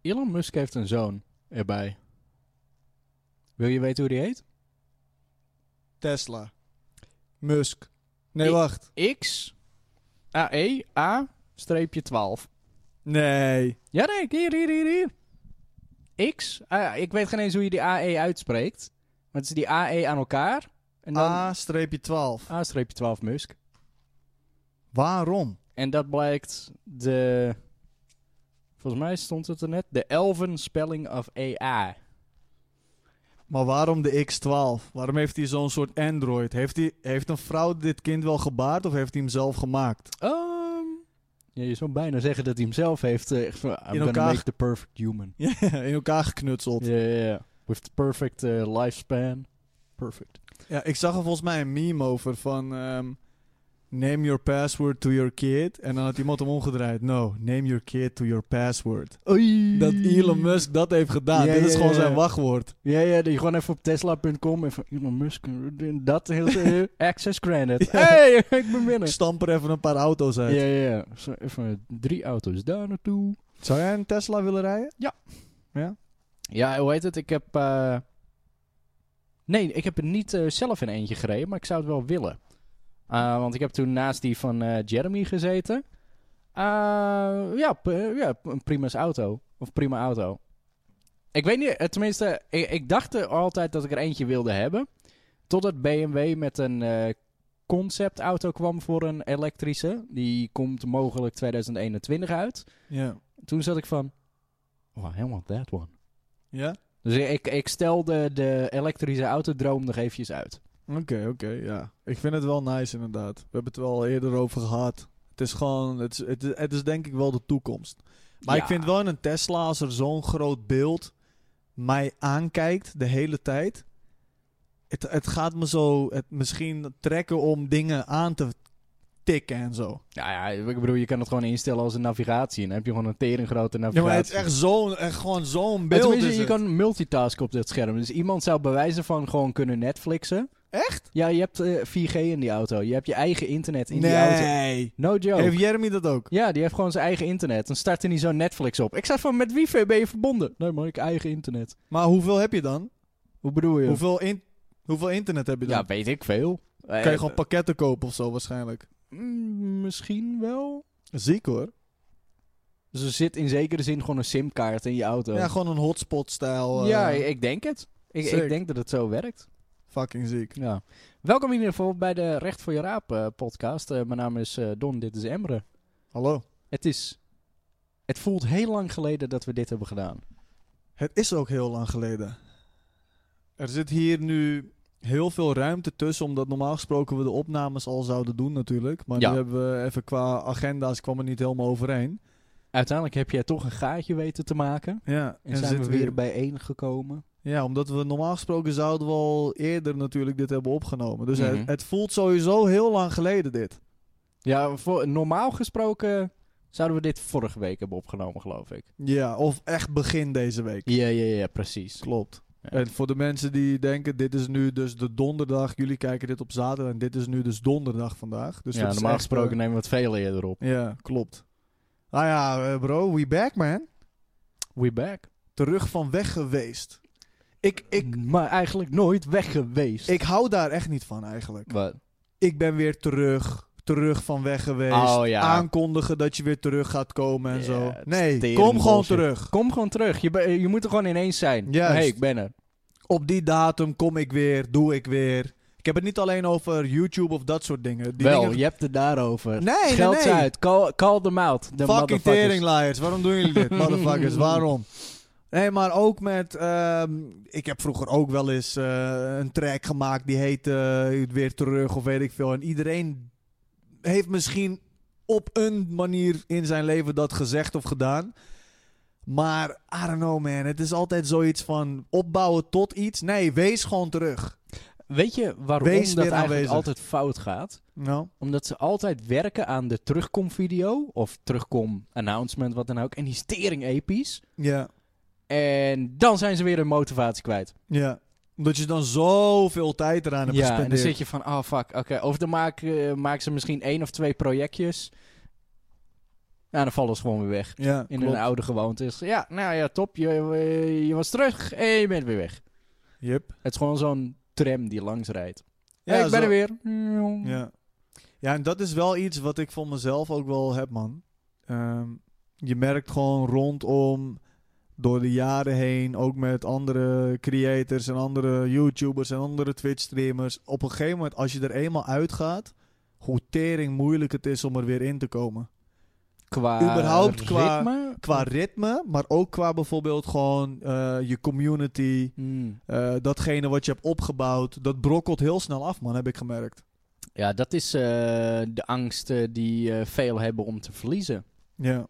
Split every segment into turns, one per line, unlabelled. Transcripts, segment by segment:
Elon Musk heeft een zoon erbij. Wil je weten hoe die heet?
Tesla. Musk. Nee,
Ik-
wacht.
X AE A streepje 12.
Nee.
Ja, nee, hier, hier, hier, hier. X, ah, ik weet geen eens hoe je die AE uitspreekt. Maar het is die AE aan elkaar. En dan
Ah. A-12.
A streepje 12 Musk.
Waarom?
En dat blijkt de. Volgens mij stond het er net. De Elven spelling of AI.
Maar waarom de X-12? Waarom heeft hij zo'n soort android? Heeft, hij, heeft een vrouw dit kind wel gebaard of heeft hij hem zelf gemaakt?
Ehm, ja, je zou bijna zeggen dat hij hem zelf heeft. eh, echt van, I'm gonna
elkaar
make the perfect human.
Ja, in elkaar geknutseld.
Ja, ja, ja. With the perfect eh, lifespan. Perfect.
Ja, ik zag er volgens mij een meme over van... ehm, name your password to your kid. En dan had iemand hem omgedraaid. No, name your kid to your password.
Oei.
Dat Elon Musk dat heeft gedaan.
Ja,
Dit is
ja,
gewoon
ja.
zijn wachtwoord.
Ja, ja, die gewoon even op tesla.com en van Elon Musk. eh, Dat heel eh, access granted.
Ja.
Hey, ik ben binnen.
Ik stamp er even een paar auto's
Ja,
uit.
ja, ja. Zo Even drie auto's daar naartoe.
Zou jij een Tesla willen rijden?
Ja, hoe heet het? Ik heb. eh, Nee, ik heb er niet eh, zelf in eentje gereden, maar ik zou het wel willen. Eh, want ik heb toen naast die van eh, Jeremy gezeten. Eh, ja, p- ja, p- een prima's auto. Of prima auto. Ik weet niet, eh, tenminste, ik, ik dacht er altijd dat ik er eentje wilde hebben. Totdat BMW met een eh, conceptauto kwam voor een elektrische. Die komt mogelijk 2021 uit.
Ja.
Toen zat ik van, oh, I want that one.
Ja?
Dus ik, ik stel de, de elektrische autodroom nog eventjes uit.
Oké, oké, ja. Ik vind het wel nice inderdaad. We hebben het wel eerder over gehad. Het is gewoon, het is, het is, het is denk ik wel de toekomst. Maar
Ja.
ik vind wel in een Tesla, als er zo'n groot beeld mij aankijkt de hele tijd. Het, het gaat me zo, het misschien trekken om dingen aan te tikken en zo.
Ja, ja, ik bedoel, je kan het gewoon instellen als een navigatie. En dan heb je gewoon een tering grote
Ja,
navigatie.
maar het is echt zo'n, echt gewoon zo'n
Maar
beeld.
tenminste,
is
je
het.
kan multitasken op dat scherm. Dus iemand zou bewijzen van gewoon kunnen Netflixen.
Echt?
Ja, je hebt eh, 4G in die auto. Je hebt je eigen internet in die auto.
Nee.
No joke.
Heeft Jeremy dat ook?
Ja, die heeft gewoon zijn eigen internet. Dan start hij niet zo Netflix op. Ik zei van, met wifi ben je verbonden? Nee, maar ik eigen internet.
Maar hoeveel heb je dan?
Hoe bedoel je?
Hoeveel, in, hoeveel internet heb je dan?
Ja, weet ik veel. Eh,
kan je gewoon pakketten kopen of zo waarschijnlijk.
mm, misschien wel.
Ziek hoor.
Dus er zit in zekere zin gewoon een simkaart in je auto.
Ja, gewoon een hotspot-stijl. eh,
Ja, ik denk het. Ik, ik
Sick.
denk dat het zo werkt.
Fucking ziek.
Ja. Welkom in ieder geval bij de Recht voor je Raap eh, podcast. Eh, mijn naam is eh, Don, dit is Emre.
Hallo.
Het is... Het voelt heel lang geleden dat we dit hebben gedaan.
Het is ook heel lang geleden. Er zit hier nu heel veel ruimte tussen, omdat normaal gesproken we de opnames al zouden doen natuurlijk. Maar
Ja.
nu hebben we even qua agenda's kwam het niet helemaal overeen.
Uiteindelijk heb jij toch een gaatje weten te maken.
Ja,
En, zijn we weer bijeen gekomen.
Ja, omdat we normaal gesproken zouden we al eerder natuurlijk dit hebben opgenomen. Dus
Mhm.
het, het voelt sowieso heel lang geleden dit.
Ja, voor, normaal gesproken zouden we dit vorige week hebben opgenomen, geloof ik.
Ja, of echt begin deze week.
Ja, ja, ja, precies.
Klopt.
Ja.
En voor de mensen die denken, dit is nu dus de donderdag. Jullie kijken dit op zaterdag en dit is nu dus donderdag vandaag. Dus
ja,
dat is
normaal
echt,
gesproken nemen we het veel eerder op.
eh, ja, klopt. Ah ja, eh, bro, we back man.
We back.
Terug van weg geweest. Ik, ik,
maar eigenlijk nooit weg geweest.
ik hou daar echt niet van eigenlijk.
Wat?
Ik ben weer terug. Terug van weg geweest.
Oh, ja.
Aankondigen dat je weer terug gaat komen en
Ja,
zo.
het is
Nee,
tering
kom gewoon
bullshit.
terug.
Kom gewoon terug. Je, be- je moet er gewoon ineens zijn.
Juist.
hey, ik ben er.
Op die datum kom ik weer, doe ik weer. Ik heb het niet alleen over YouTube of dat soort dingen. Die
Wel,
dingen...
je hebt het daarover.
Nee, nee,
Geld ze
nee.
uit. Call, call them out. De
Fucking
motherfuckers.
teringlaaiers, waarom doen jullie dit? Motherfuckers, waarom? Nee, maar ook met... ehm, ik heb vroeger ook wel eens eh, een track gemaakt die heet eh, Weer Terug of weet ik veel. En iedereen heeft misschien op een manier in zijn leven dat gezegd of gedaan. Maar I don't know man, het is altijd zoiets van opbouwen tot iets. Nee, wees gewoon terug.
Weet je waarom
Wees
dat
weer
eigenlijk
aanwezig.
altijd fout gaat?
Nou,
Omdat ze altijd werken aan de terugkomvideo. Of terugkom-announcement, wat dan ook. En die is tering episch.
ja,
En dan zijn ze weer hun motivatie kwijt.
ja. Omdat je dan zoveel tijd eraan hebt
Ja, en dan
gespendeerd.
zit je van, oh fuck, oké. Of dan maken, eh, maken ze misschien één of twee projectjes. Nou, dan vallen ze gewoon weer weg.
Ja,
In
klopt.
hun oude gewoontes. Ja, nou ja, top. Je, eh, je, je was terug en je bent weer weg.
Yep.
Het is gewoon zo'n tram die langs rijdt.
Ja,
Hey, ik ben
zo-
er weer.
Ja. ja, en dat is wel iets wat ik voor mezelf ook wel heb, man. Ehm, je merkt gewoon rondom, door de jaren heen, ook met andere creators en andere YouTubers en andere Twitch-streamers. Op een gegeven moment, als je er eenmaal uitgaat, hoe tering moeilijk het is om er weer in te komen.
Qua
Überhaupt qua-
ritme?
Qua ritme, maar ook qua bijvoorbeeld gewoon eh, je community,
Hmm.
eh, datgene wat je hebt opgebouwd. Dat brokkelt heel snel af, man, heb ik gemerkt.
Ja, dat is eh, de angst eh, die eh, veel hebben om te verliezen.
Ja,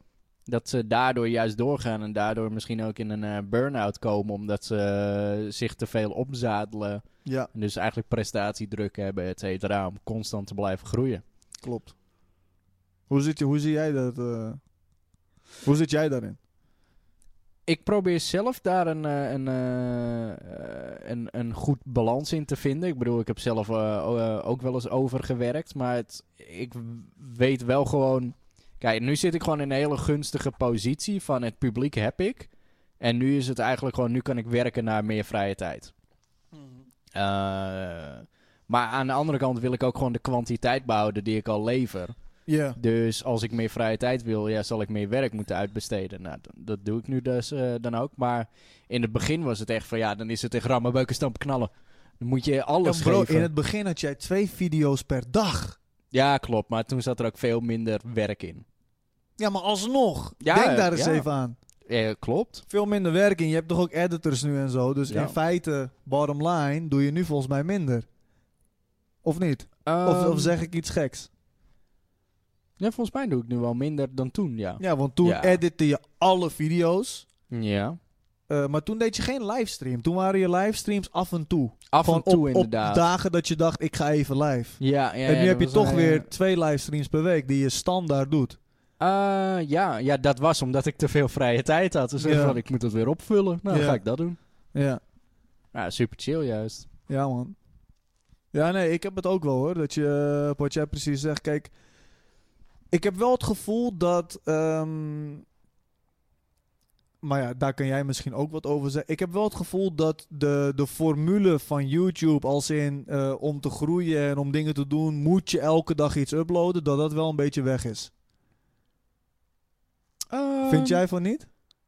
Dat ze daardoor juist doorgaan en daardoor misschien ook in een eh, burn-out komen. Omdat ze eh, zich te veel opzadelen.
ja
En dus eigenlijk prestatiedruk hebben, et cetera. Om constant te blijven groeien.
Klopt. Hoe, zit je, hoe zie jij dat? eh, hoe zit jij daarin?
ik probeer zelf daar een, eh, een, eh, eh, een, een goed balans in te vinden. Ik bedoel, ik heb zelf eh, o- eh, ook wel eens overgewerkt. Maar het, ik w- weet wel gewoon. Kijk, nu zit ik gewoon in een hele gunstige positie van het publiek heb ik. En nu is het eigenlijk gewoon, nu kan ik werken naar meer vrije tijd.
Mhm.
Eh, maar aan de andere kant wil ik ook gewoon de kwantiteit behouden die ik al lever.
Ja.
Dus als ik meer vrije tijd wil, ja, zal ik meer werk moeten uitbesteden. Nou, d- dat doe ik nu dus eh, dan ook. Maar in het begin was het echt van, ja, dan is het echt rammen, beuken, stampen, knallen. Dan moet je alles
bro,
geven.
in het begin had jij twee video's per dag.
Ja, klopt. Maar toen zat er ook veel minder werk in.
Ja, maar alsnog.
Ja,
Denk daar eens
ja.
even aan.
Eh, klopt.
Veel minder werk en je hebt toch ook editors nu en zo. Dus
Ja.
in feite, bottom line, doe je nu volgens mij minder. Of niet? Of, of zeg ik iets geks?
Ehm, Ja, volgens mij doe ik nu wel minder dan toen, ja.
Ja, want toen
Ja.
editte je alle video's.
Ja.
eh, maar toen deed je geen livestream. Toen waren je livestreams af en toe.
Af en
Gewoon
toe
op,
inderdaad.
op dagen dat je dacht, ik ga even live.
ja, ja,
en
ja,
nu heb
dat
je
was
toch
een-
weer twee livestreams per week die je standaard doet.
Eh, ja, ja, dat was omdat ik te veel vrije tijd had. Dus ik
Ja.
van, ik moet het weer opvullen. Nou, dan
Ja.
ga ik dat doen.
Ja,
Ja, super chill juist.
ja man. Ja, nee, ik heb het ook wel hoor. Dat je, eh, wat jij precies zegt, kijk. Ik heb wel het gevoel dat. ehm, maar ja, daar kan jij misschien ook wat over zeggen. Ik heb wel het gevoel dat de, de formule van YouTube, als in eh, om te groeien en om dingen te doen, moet je elke dag iets uploaden, dat dat wel een beetje weg is.
Ehm,
Vind jij van niet?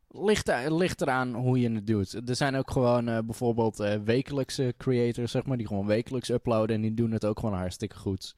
Ligt, er- ligt eraan hoe je het doet. Er zijn ook gewoon eh, bijvoorbeeld eh, wekelijkse creators, zeg maar, die gewoon wekelijks uploaden en die doen het ook gewoon hartstikke goed.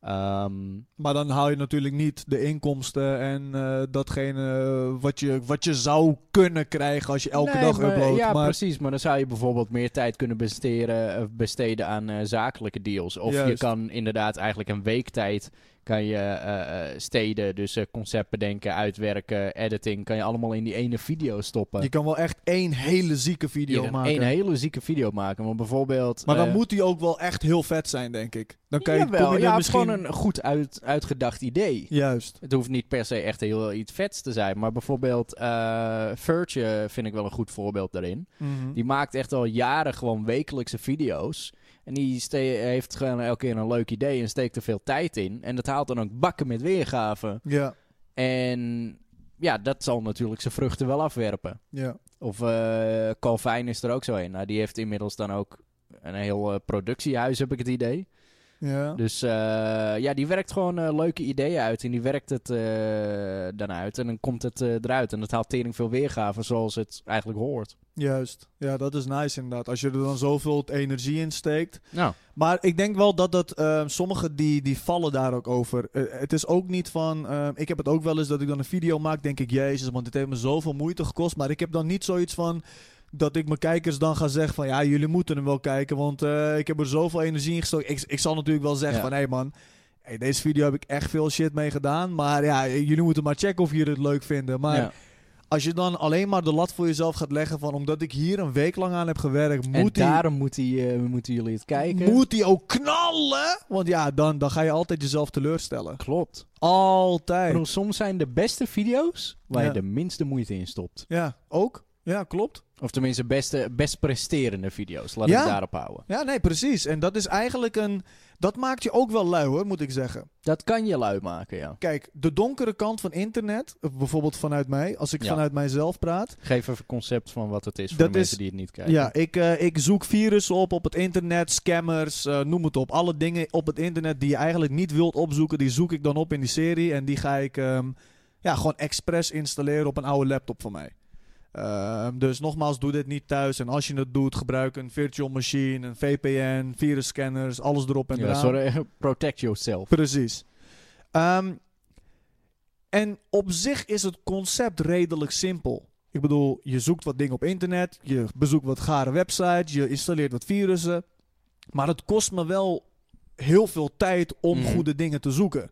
Ehm,
Maar dan haal je natuurlijk niet de inkomsten en eh, datgene eh, wat, je, wat je zou kunnen krijgen als je elke
nee,
dag
maar-
uploadt.
Ja,
maar,
precies. Maar dan zou je bijvoorbeeld meer tijd kunnen besteden, eh, besteden aan eh, zakelijke deals. Of je
Juist.
kan inderdaad eigenlijk een week tijd kan je eh, eh, steden, dus eh, concept bedenken, uitwerken, editing, kan je allemaal in die ene video stoppen.
je kan wel echt één hele zieke video
Je kan
maken.
één hele zieke video maken. Want bijvoorbeeld...
maar dan
eh,
moet die ook wel echt heel vet zijn, denk ik. Dan kan je,
Jawel,
kom je er
ja,
misschien...
gewoon een goed uit, uitgedacht idee.
Juist.
Het hoeft niet per se echt heel iets vets te zijn. Maar bijvoorbeeld eh Verge vind ik wel een goed voorbeeld daarin.
Hm.
Die maakt echt al jaren gewoon wekelijkse video's. En die ste- heeft gewoon elke keer een leuk idee en steekt er veel tijd in. En dat haalt dan ook bakken met weergaven.
Ja,
En ja, dat zal natuurlijk zijn vruchten wel afwerpen.
ja.
Of eh Calvin is er ook zo een. Nou, die heeft inmiddels dan ook een heel eh, productiehuis, heb ik het idee.
ja.
Dus eh, ja, die werkt gewoon eh, leuke ideeën uit. En die werkt het eh, dan uit. En dan komt het eh, eruit. En dat haalt tering veel weergave zoals het eigenlijk hoort.
Juist. Ja, dat is nice inderdaad. Als je er dan zoveel energie in steekt.
Nou,
Maar ik denk wel dat dat ehm, sommigen die, die vallen daar ook over. Eh, het is ook niet van. ehm, ik heb het ook wel eens dat ik dan een video maak. Denk ik, Jezus, want dit heeft me zoveel moeite gekost. Maar ik heb dan niet zoiets van. Dat ik mijn kijkers dan ga zeggen van ja, jullie moeten hem wel kijken. Want eh, ik heb er zoveel energie in gestoken. Ik, ik zal natuurlijk wel zeggen
Ja.
van hé hey man, hey, deze video heb ik echt veel shit mee gedaan. Maar ja, jullie moeten maar checken of jullie het leuk vinden. Maar
ja.
als je dan alleen maar de lat voor jezelf gaat leggen van omdat ik hier een week lang aan heb gewerkt,
en
moet die
daarom moet die, eh, moeten jullie het kijken.
moet hij ook knallen? Want ja, dan, dan ga je altijd jezelf teleurstellen.
Klopt. Ik
Altijd.
bedoel, soms zijn de beste video's waar
Ja.
je de minste moeite in stopt.
Ja, ook. Ja, klopt.
Of tenminste, beste, best presterende video's. Laat ik
Ja.
daarop houden.
Ja, nee, precies. En dat is eigenlijk een... Dat maakt je ook wel lui, hoor, moet ik zeggen.
Dat kan je lui maken, ja.
Kijk, de donkere kant van internet, eh, bijvoorbeeld vanuit mij, als ik
Ja.
vanuit mijzelf praat.
Geef even concept van wat het is voor
Dat
de mensen
is-
die het niet kijken.
Ja, ik, eh, ik zoek virussen op op het internet, scammers, eh, noem het op. Alle dingen op het internet die je eigenlijk niet wilt opzoeken, die zoek ik dan op in die serie. En die ga ik ehm, ja, gewoon expres installeren op een oude laptop van mij. Ehm, dus nogmaals, doe dit niet thuis. En als je het doet, gebruik een virtual machine, een VPN, virusscanners, alles erop en
Ja,
eraan.
sorry, protect yourself.
Precies. Ehm, en op zich is het concept redelijk simpel. Ik bedoel, je zoekt wat dingen op internet, je bezoekt wat gare websites, je installeert wat virussen. Maar het kost me wel heel veel tijd om
Mhm.
goede dingen te zoeken.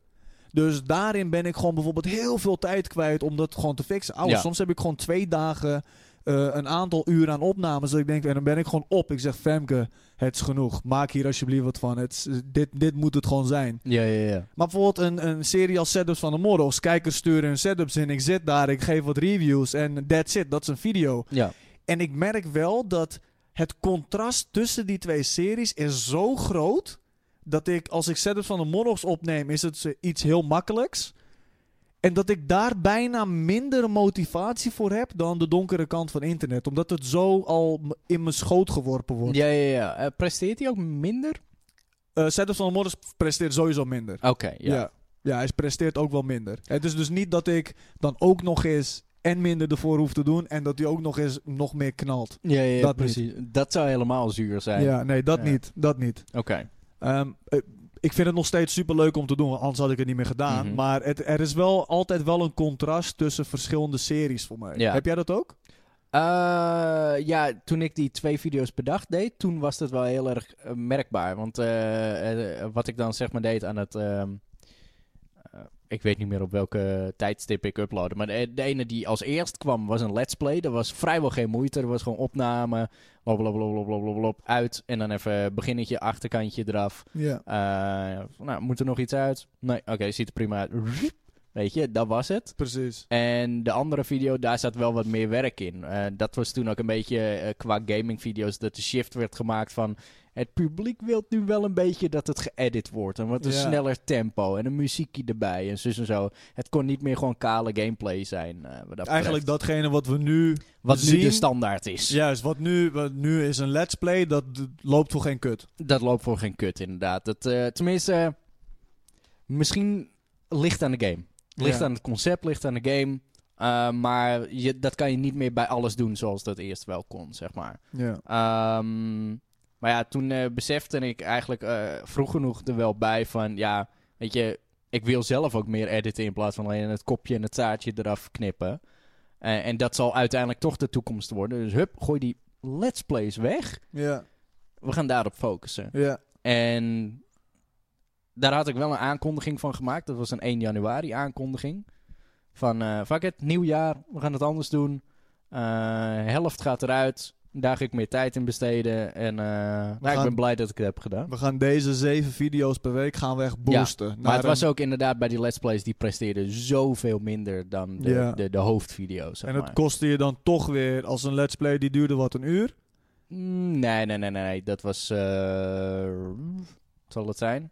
Dus daarin ben ik gewoon bijvoorbeeld heel veel tijd kwijt om dat gewoon te fixen. Ouwe,
Ja.
Soms heb ik gewoon twee dagen eh, een aantal uur aan opnames. Dat ik denk, en dan ben ik gewoon op. Ik zeg, Femke, het is genoeg. Maak hier alsjeblieft wat van. Het is, dit, dit moet het gewoon zijn.
Ja, ja, ja.
Maar bijvoorbeeld een, een serie als Setups van de Morrels. Kijkers sturen hun setups in. Ik zit daar, ik geef wat reviews en that's it. Dat is een video.
Ja,
En ik merk wel dat het contrast tussen die twee series is zo groot... dat ik, als ik Setups van de Morrels opneem, is het eh, iets heel makkelijks. En dat ik daar bijna minder motivatie voor heb dan de donkere kant van internet. Omdat het zo al m- in mijn schoot geworpen wordt.
ja, ja. ja. Eh, presteert hij ook minder?
Eh, Setups van de Morrels presteert sowieso minder.
Oké, ja.
Ja. ja. hij presteert ook wel minder. Het is dus niet dat ik dan ook nog eens en minder ervoor hoef te doen en dat hij ook nog eens nog meer knalt.
Ja, ja, ja,
Dat
precies. Dat zou helemaal zuur zijn.
Ja, nee, dat
Ja.
niet. Dat niet.
Oké.
Ehm, eh, ik vind het nog steeds super leuk om te doen, want anders had ik het niet meer gedaan.
Mhm.
Maar het, er is wel altijd wel een contrast tussen verschillende series voor mij.
Ja.
Heb jij dat ook?
Eh, ja, toen ik die twee video's per dag deed, toen was dat wel heel erg eh, merkbaar. Want eh, eh, wat ik dan zeg maar deed aan het... ehm, eh, ik weet niet meer op welke tijdstip ik uploadde. Maar de, de ene die als eerst kwam was een let's play. Dat was vrijwel geen moeite. Er was gewoon opname. Lop, lop, lop, lop, lop, lop, lop, uit. En dan even beginnetje, achterkantje eraf.
Ja.
Eh, van, nou, moet er nog iets uit? Nee, oké, ziet er prima uit. Riep. Weet je, dat was het.
Precies.
En de andere video, daar zat wel wat meer werk in. Eh, dat was toen ook een beetje eh, qua gaming video's dat de shift werd gemaakt van... Het publiek wil nu wel een beetje dat het geëdit wordt. En wat een
Ja.
sneller tempo en een muziekje erbij en zus en zo. Het kon niet meer gewoon kale gameplay zijn. eh, wat dat
Eigenlijk
betreft.
datgene wat we nu...
wat nu de
zien-
standaard is.
Juist, wat nu, wat nu is een let's play, dat d- loopt voor geen kut.
Dat loopt voor geen kut, inderdaad. Dat, eh, tenminste, eh, misschien ligt aan de game. Ligt
Ja.
aan het concept, ligt aan de game. Eh, maar je, dat kan je niet meer bij alles doen zoals dat eerst wel kon, zeg maar.
Ja.
Ehm, maar ja, toen eh, besefte ik eigenlijk eh, vroeg genoeg er wel bij van... Ja, weet je, ik wil zelf ook meer editen in plaats van alleen het kopje en het zaadje eraf knippen. Eh, en dat zal uiteindelijk toch de toekomst worden. Dus hup, gooi die let's plays weg.
Ja.
We gaan daarop focussen.
Ja.
En daar had ik wel een aankondiging van gemaakt. Dat was een 1 januari aankondiging. Van eh fuck it, nieuw jaar, we gaan het anders doen. Eh, helft gaat eruit. Daar ga ik meer tijd in besteden. En eh, nou, ik
gaan-
ben blij dat ik het heb gedaan.
We gaan deze zeven video's per week gaan we echt boosten.
Maar het was ook inderdaad bij die Let's Plays, die presteerden zoveel minder dan de,
Ja.
de, de hoofdvideo's. Zeg
En het
maar.
kostte je dan toch weer als een let's play die duurde wat een uur.
Mm, nee, nee, nee, nee, nee. Dat was. eh, wat zal het zijn?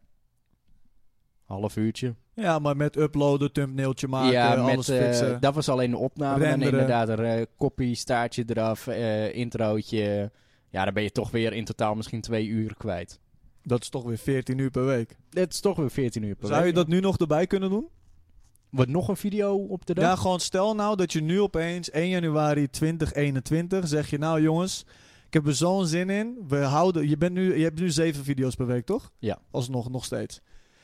Half uurtje.
Ja, maar met uploaden, thumbnailtje maken, alles
eh,
fixen.
dat was alleen de opname. En
Renderen.
inderdaad, er eh, kopie, staartje eraf, eh, introotje. Ja, dan ben je toch weer in totaal misschien twee uur kwijt.
dat is toch weer 14 uur per week.
Het is toch weer 14 uur per
Zou je
week.
dat nu nog erbij kunnen doen?
Wordt nog een video op de dag?
Ja, gewoon stel nou dat je nu opeens 1 januari 2021 zeg je nou jongens, ik heb er zo'n zin in. We houden, je, bent nu, je hebt nu zeven video's per week toch?
Ja.
Alsnog, nog steeds.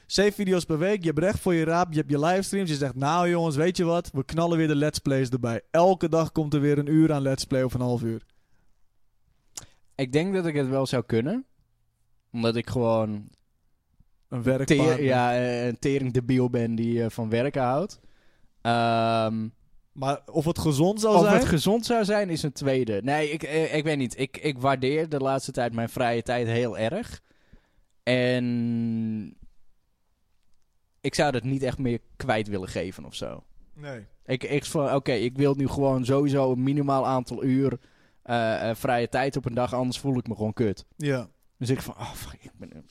Zeven video's per week, je hebt recht voor je raap, je hebt je livestreams. Je zegt nou jongens, weet je wat, we knallen weer de let's plays erbij. Elke dag komt er weer een uur aan let's play of een half uur.
Ik denk dat ik het wel zou kunnen. Omdat ik gewoon
Een
teer,
werkpartner.
ja, eh, een tering debiel ben die eh, van werken houdt. Ehm
Maar of het gezond zou
Of
zijn?
het gezond zou zijn, is een tweede. Nee, ik, eh, ik weet niet. Ik, ik waardeer de laatste tijd mijn vrije tijd heel erg. En ik zou dat niet echt meer kwijt willen geven of zo.
Nee.
Ik, ik van, oké, ik wil nu gewoon sowieso een minimaal aantal uur eh, eh, vrije tijd op een dag, anders voel ik me gewoon kut.
Ja.
Dus ik van, ah, fuck, ik ben,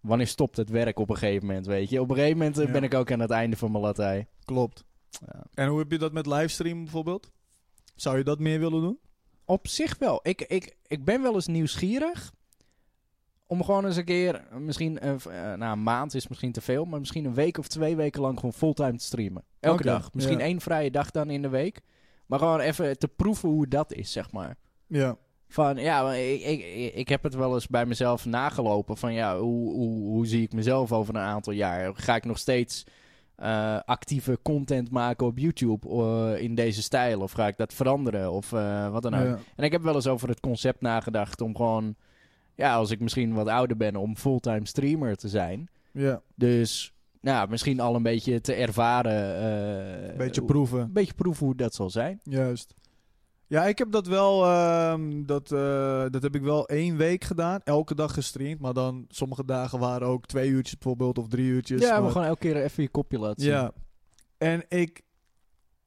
wanneer stopt het werk op een gegeven moment, weet je? Op een gegeven moment eh,
Ja.
ben ik ook aan het einde van mijn latij.
Klopt.
Ja.
En hoe heb je dat met livestream bijvoorbeeld? Zou je dat meer willen doen?
Op zich wel. Ik, ik, ik ben wel eens nieuwsgierig om gewoon eens een keer, eh, misschien, eh, v- eh, nou een maand is misschien te veel, maar misschien een week of twee weken lang gewoon fulltime te streamen. Elke
Oké,
dag. Misschien
ja.
één vrije dag dan in de week. Maar gewoon even te proeven hoe dat is, zeg maar.
Ja.
Van ja, maar ik, ik, ik heb het wel eens bij mezelf nagelopen. Van ja, hoe, hoe, hoe zie ik mezelf over een aantal jaar? Ga ik nog steeds eh, actieve content maken op YouTube eh, in deze stijl? Of ga ik dat veranderen? Of eh, wat dan ook.
ja.
En ik heb wel eens over het concept nagedacht om gewoon, ja, als ik misschien wat ouder ben, om fulltime streamer te zijn.
ja.
Dus nou, misschien al een beetje te ervaren. eh,
Beetje
hoe-
proeven.
Een beetje proeven hoe dat zal zijn.
Juist. Ja, ik heb dat wel. ehm, dat, eh, dat heb ik wel één week gedaan. Elke dag gestreamd. Maar dan sommige dagen waren ook twee uurtjes bijvoorbeeld of drie uurtjes.
ja,
maar-
maar gewoon elke keer even je kopje laten zien.
Dus Ja. En ik,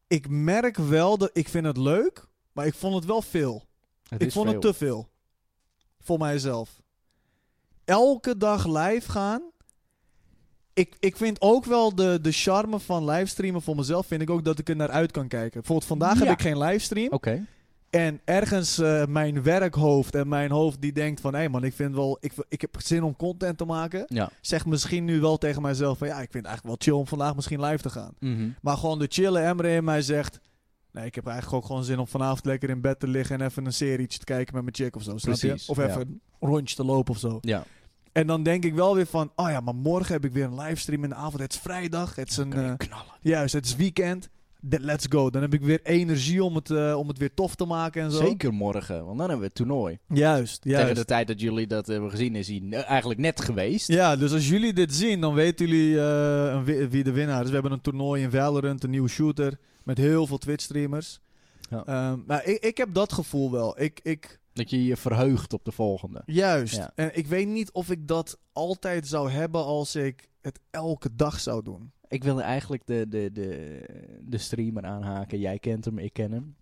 ik merk wel dat ik vind het leuk. Maar ik vond het wel veel.
Het
ik
is
vond
veel.
het te veel. Voor mijzelf. Elke dag live gaan. Ik, ik vind ook wel de, de charme van livestreamen voor mezelf. Vind ik ook dat ik er naar uit kan kijken. Bijvoorbeeld vandaag
Ja.
heb ik geen livestream.
Oké.
En ergens eh, mijn werkhoofd en mijn hoofd die denkt van... hé hey man, ik, vind wel, ik, wil- ik heb zin om content te maken.
Ja.
Zeg misschien nu wel tegen mijzelf van... ja, ik vind het eigenlijk wel chill om vandaag misschien live te gaan.
Mhm.
Maar gewoon de chille Emre in mij zegt... nee, ik heb eigenlijk ook gewoon zin om vanavond lekker in bed te liggen... en even een serietje te kijken met mijn chick of zo, snap je?
Precies,
Of
ja.
even een rondje te lopen of zo.
Ja.
En dan denk ik wel weer van... oh ja, maar morgen heb ik weer een livestream in de avond. Het is vrijdag, het is een... eh,
knallen.
juist, het is weekend. De- Let's go. Dan heb ik weer energie om het, eh, om het weer tof te maken en zo.
Zeker morgen, want dan hebben we het toernooi.
Juist,
Tegen de
juist.
tijd dat jullie dat hebben gezien, is hij ne- eigenlijk net geweest.
Ja, dus als jullie dit zien, dan weten jullie eh, een wi- wie de winnaar is. We hebben een toernooi in Valorant, een nieuwe shooter met heel veel Twitch-streamers.
Ja.
Ehm, maar ik, ik heb dat gevoel wel. Ik, ik,
Dat je je verheugt op de volgende.
juist.
Ja.
En ik weet niet of ik dat altijd zou hebben als ik het elke dag zou doen.
Ik wilde eigenlijk de, de, de, de streamer aanhaken. Jij kent hem, ik ken hem.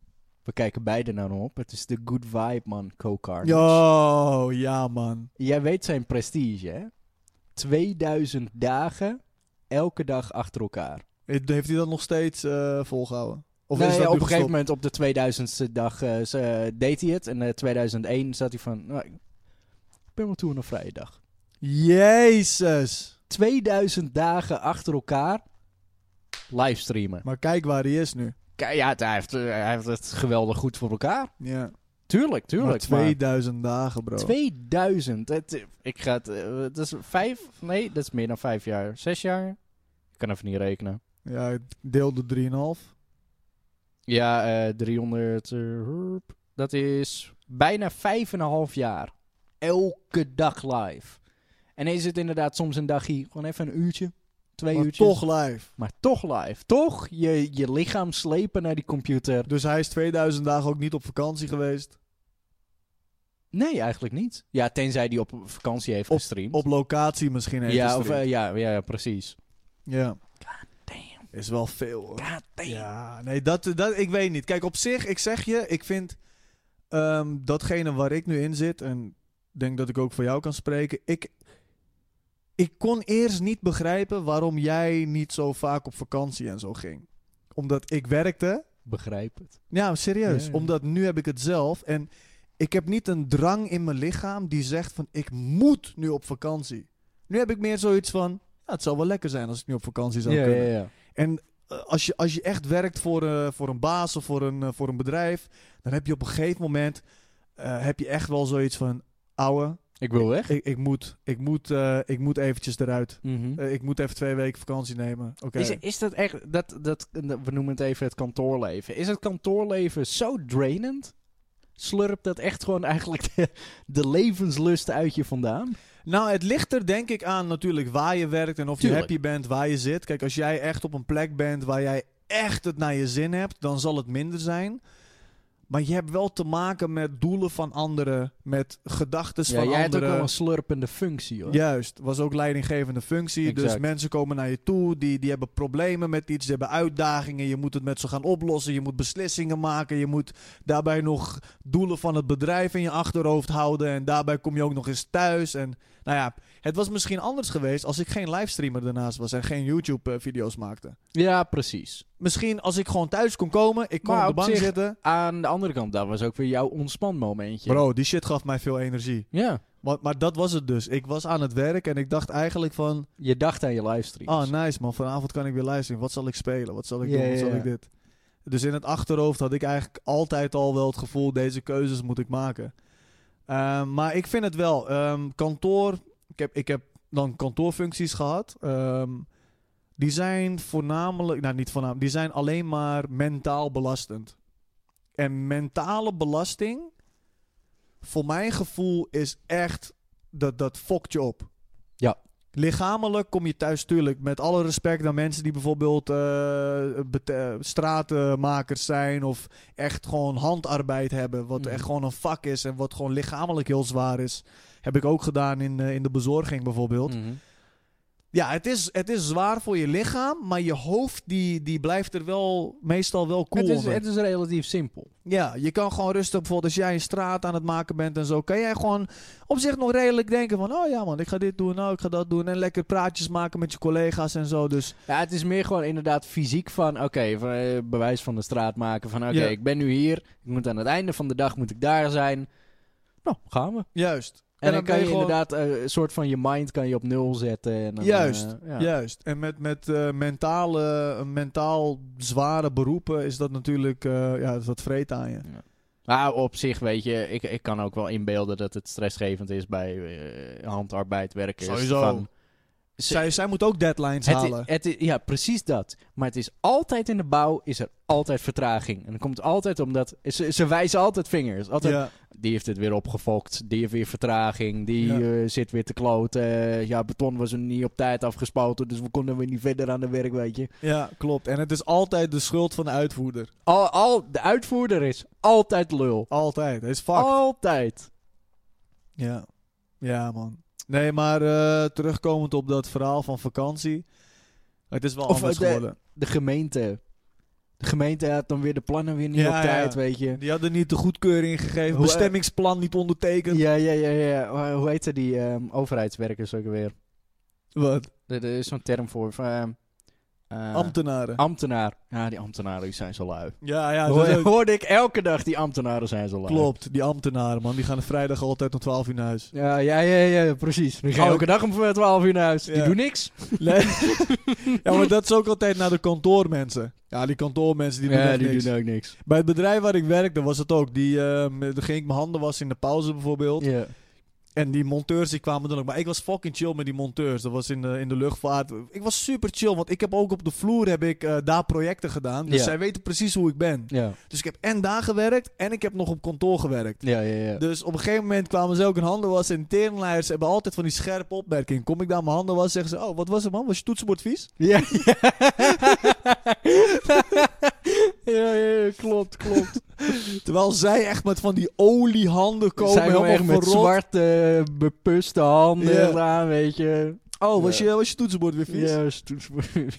We kijken beide naar hem op. Het is de Good Vibe Man, Co-Card.
Yo, ja man.
Jij weet zijn prestige, hè? 2000 dagen, elke dag achter elkaar.
Heeft heeft hij dat nog steeds eh, volgehouden? Of
nee,
is dat
op
nu
een gegeven moment,
gestopt?
op de 2000ste dag, eh, ze- deed hij het. En eh 2001 zat hij van, nou, ik ben wel toe aan een vrije dag.
Jezus.
2000 dagen achter elkaar livestreamen.
Maar kijk waar hij is nu.
K- Ja, het- hij heeft, eh, hij heeft het geweldig goed voor elkaar.
Ja.
Tuurlijk,
Maar oh.
tuurlijk. maar
2000 dagen, bro.
2000. Het, eh, ik ga het. eh, dat is vijf. Nee, dat is meer dan vijf jaar. Zes jaar. Ik kan even niet rekenen.
Ja, ik deelde 3,5.
Ja, eh, 300. eh, hurp. dat is bijna vijf en een half jaar. Elke dag live. En is het inderdaad soms een dagje. Gewoon even een uurtje. Twee
Maar
uurtjes.
toch live.
Maar toch live. Toch je, je lichaam slepen naar die computer.
Dus hij is 2000 dagen ook niet op vakantie geweest.
Nee, eigenlijk niet. Ja, tenzij die op vakantie heeft gestreamd.
Op locatie misschien heeft
ja, of,
gestreamd.
eh, ja, ja, ja, precies.
ja.
damn.
Is wel veel hoor.
God damn.
Ja, nee, dat, dat, ik weet niet. Kijk, op zich, ik zeg je, ik vind ehm, datgene waar ik nu in zit, en ik denk dat ik ook voor jou kan spreken, ik, ik kon eerst niet begrijpen waarom jij niet zo vaak op vakantie en zo ging. Omdat ik werkte
Begrijp het.
Ja, maar serieus.
Ja, ja.
Omdat nu heb ik het zelf. En ik heb niet een drang in mijn lichaam die zegt van ik moet nu op vakantie. Nu heb ik meer zoiets van, ja, het zou wel lekker zijn als ik nu op vakantie zou
ja,
kunnen.
ja, ja.
En eh, als je, als je echt werkt voor, eh, voor een baas of voor een, eh, voor een bedrijf, dan heb je op een gegeven moment eh, heb je echt wel zoiets van, ouwe,
Ik wil weg.
ik, ik, moet, ik, moet, eh, ik moet eventjes eruit.
Mhm.
Eh, ik moet even twee weken vakantie nemen. Oké.
Is, is dat echt, dat, dat, we noemen het even het kantoorleven. Is het kantoorleven zo drainend? Slurpt dat echt gewoon eigenlijk de, de levenslust uit je vandaan?
Nou, het ligt er denk ik aan natuurlijk waar je werkt en of
Tuurlijk.
je happy bent waar je zit. Kijk, als jij echt op een plek bent waar jij echt het naar je zin hebt, dan zal het minder zijn. Maar je hebt wel te maken met doelen van anderen, met gedachten
Ja,
van
jij hebt ook
anderen.
wel een slurpende functie hoor.
Juist, was ook leidinggevende functie. Dus
Exact.
mensen komen naar je toe, die, die hebben problemen met iets, die hebben uitdagingen. Je moet het met ze gaan oplossen, je moet beslissingen maken, je moet daarbij nog doelen van het bedrijf in je achterhoofd houden. En daarbij kom je ook nog eens thuis. En nou ja, het was misschien anders geweest als ik geen livestreamer daarnaast was en geen YouTube-video's maakte.
Ja, precies.
Misschien als ik gewoon thuis kon komen, ik kon
Maar
op de
op
bank
zich-
zitten.
Aan de andere kant, daar was ook weer jouw ontspanmomentje.
Bro, die shit gaf mij veel energie.
Ja,
Maar, maar dat was het dus. Ik was aan het werk en ik dacht eigenlijk van...
je dacht aan je livestream.
Oh, nice man. Vanavond kan ik weer livestreamen. Wat zal ik spelen? Wat zal ik
Ja,
doen? Wat
ja,
zal
ja.
ik dit? Dus in het achterhoofd had ik eigenlijk altijd al wel het gevoel... deze keuzes moet ik maken. Ehm, maar ik vind het wel. ehm, kantoor... Ik heb, ik heb dan kantoorfuncties gehad. Ehm, die zijn voornamelijk... Nou, niet voornamelijk. Die zijn alleen maar mentaal belastend. En mentale belasting... Voor mijn gevoel is echt... Dat, dat fokt je op. Lichamelijk kom je thuis, tuurlijk. Met alle respect naar mensen die bijvoorbeeld eh, bet- eh, stratenmakers zijn. of echt gewoon handarbeid hebben. wat
Mhm.
echt gewoon een vak is en wat gewoon lichamelijk heel zwaar is. Heb ik ook gedaan in, eh, in de bezorging bijvoorbeeld.
Mhm.
Ja, het is, het is zwaar voor je lichaam. maar je hoofd die, die blijft er wel meestal wel cool
het, is,
onder.
het is relatief simpel.
Ja, je kan gewoon rustig bijvoorbeeld als jij een straat aan het maken bent en zo, kan jij gewoon op zich nog redelijk denken van, oh ja man, ik ga dit doen, nou ik ga dat doen en lekker praatjes maken met je collega's en zo. Dus
Ja, het is meer gewoon inderdaad fysiek van, oké, van, eh, bewijs van de straat maken van, oké,
Ja.
ik ben nu hier, ik moet aan het einde van de dag moet ik daar zijn. Nou, gaan we.
juist.
En, dan, kan je, inderdaad eh, een soort van je mind kan je op nul zetten. En dan,
Juist,
eh, ja.
Juist. En met, met eh, mentale, mentaal zware beroepen is dat natuurlijk, eh, ja, dat vreet aan je.
Maar op zich, weet je, ik, ik kan ook wel inbeelden dat het stressgevend is bij eh, handarbeid, werken.
Sowieso.
Van, Ze-
Zij, zij moet ook deadlines
het,
halen.
i- het i- ja, precies dat. Maar het is altijd in de bouw, is er altijd vertraging. En dat komt altijd omdat, ze, ze wijzen altijd vingers. Altijd,
ja.
Die heeft het weer opgefokt, die heeft weer vertraging, die
Ja.
eh, zit weer te kloten. Eh, ja, beton was er niet op tijd afgespoten, dus we konden weer niet verder aan de werk, weet je.
ja, klopt. En het is altijd de schuld van de uitvoerder.
Al, al, de uitvoerder is altijd lul.
Altijd. Het is fucked.
Altijd.
Ja. Ja, man. Nee, maar eh, terugkomend op dat verhaal van vakantie. Het is wel
Of,
anders
eh, de-
geworden.
de gemeente. De gemeente had dan weer de plannen weer niet
Ja,
op
ja.
tijd, weet je.
Die hadden niet de goedkeuring
Hoe-
gegeven.
eh,
Bestemmingsplan niet ondertekend.
Ja, ja, ja, ja. Hoe- Hoe heette die ehm, overheidswerkers ook weer?
Wat?
Er er is zo'n term voor. van, ehm, eh,
Ambtenaren.
ambtenaar. Ja, die ambtenaren die zijn zo lui.
ja, ja. dat is
Hoor,
ook-
hoorde ik elke dag, die ambtenaren zijn zo lui.
Klopt, die ambtenaren, man. Die gaan vrijdag altijd om 12 uur naar huis.
Ja, ja, ja, ja, precies. Die gaan
Oh,
elke dag om 12 uur naar huis. Die
Ja.
doen niks.
Nee. ja, maar dat is ook altijd naar de kantoormensen. Ja, die kantoormensen die doen
ja,
echt
die
niks.
doen ook niks.
Bij het bedrijf waar ik werkte was het ook. Die, eh, dan ging ik mijn handen wassen in de pauze bijvoorbeeld.
Ja.
En die monteurs die kwamen dan ook. Maar ik was fucking chill met die monteurs. Dat was in de, in de luchtvaart. Ik was super chill. Want ik heb ook op de vloer heb ik, eh, daar projecten gedaan. Dus
Ja.
zij weten precies hoe ik ben.
Ja.
Dus ik heb en daar gewerkt. En ik heb nog op kantoor gewerkt.
Ja, ja, ja.
Dus op een gegeven moment kwamen ze ook in handen wassen. En teringleiders hebben altijd van die scherpe opmerkingen. Kom ik daar mijn handen wassen, zeggen ze... Oh, wat was het man? Was je toetsenbord vies?
Ja, ja. ja, ja, ja, klopt, klopt.
Terwijl zij echt met van die oliehanden komen.
Zijn we
helemaal
echt met
verrot.
zwarte, eh, bepuste handen
Ja.
aan, weet je.
Oh, was
Ja.
je, was je toetsenbord weer vies?
Ja, stoets-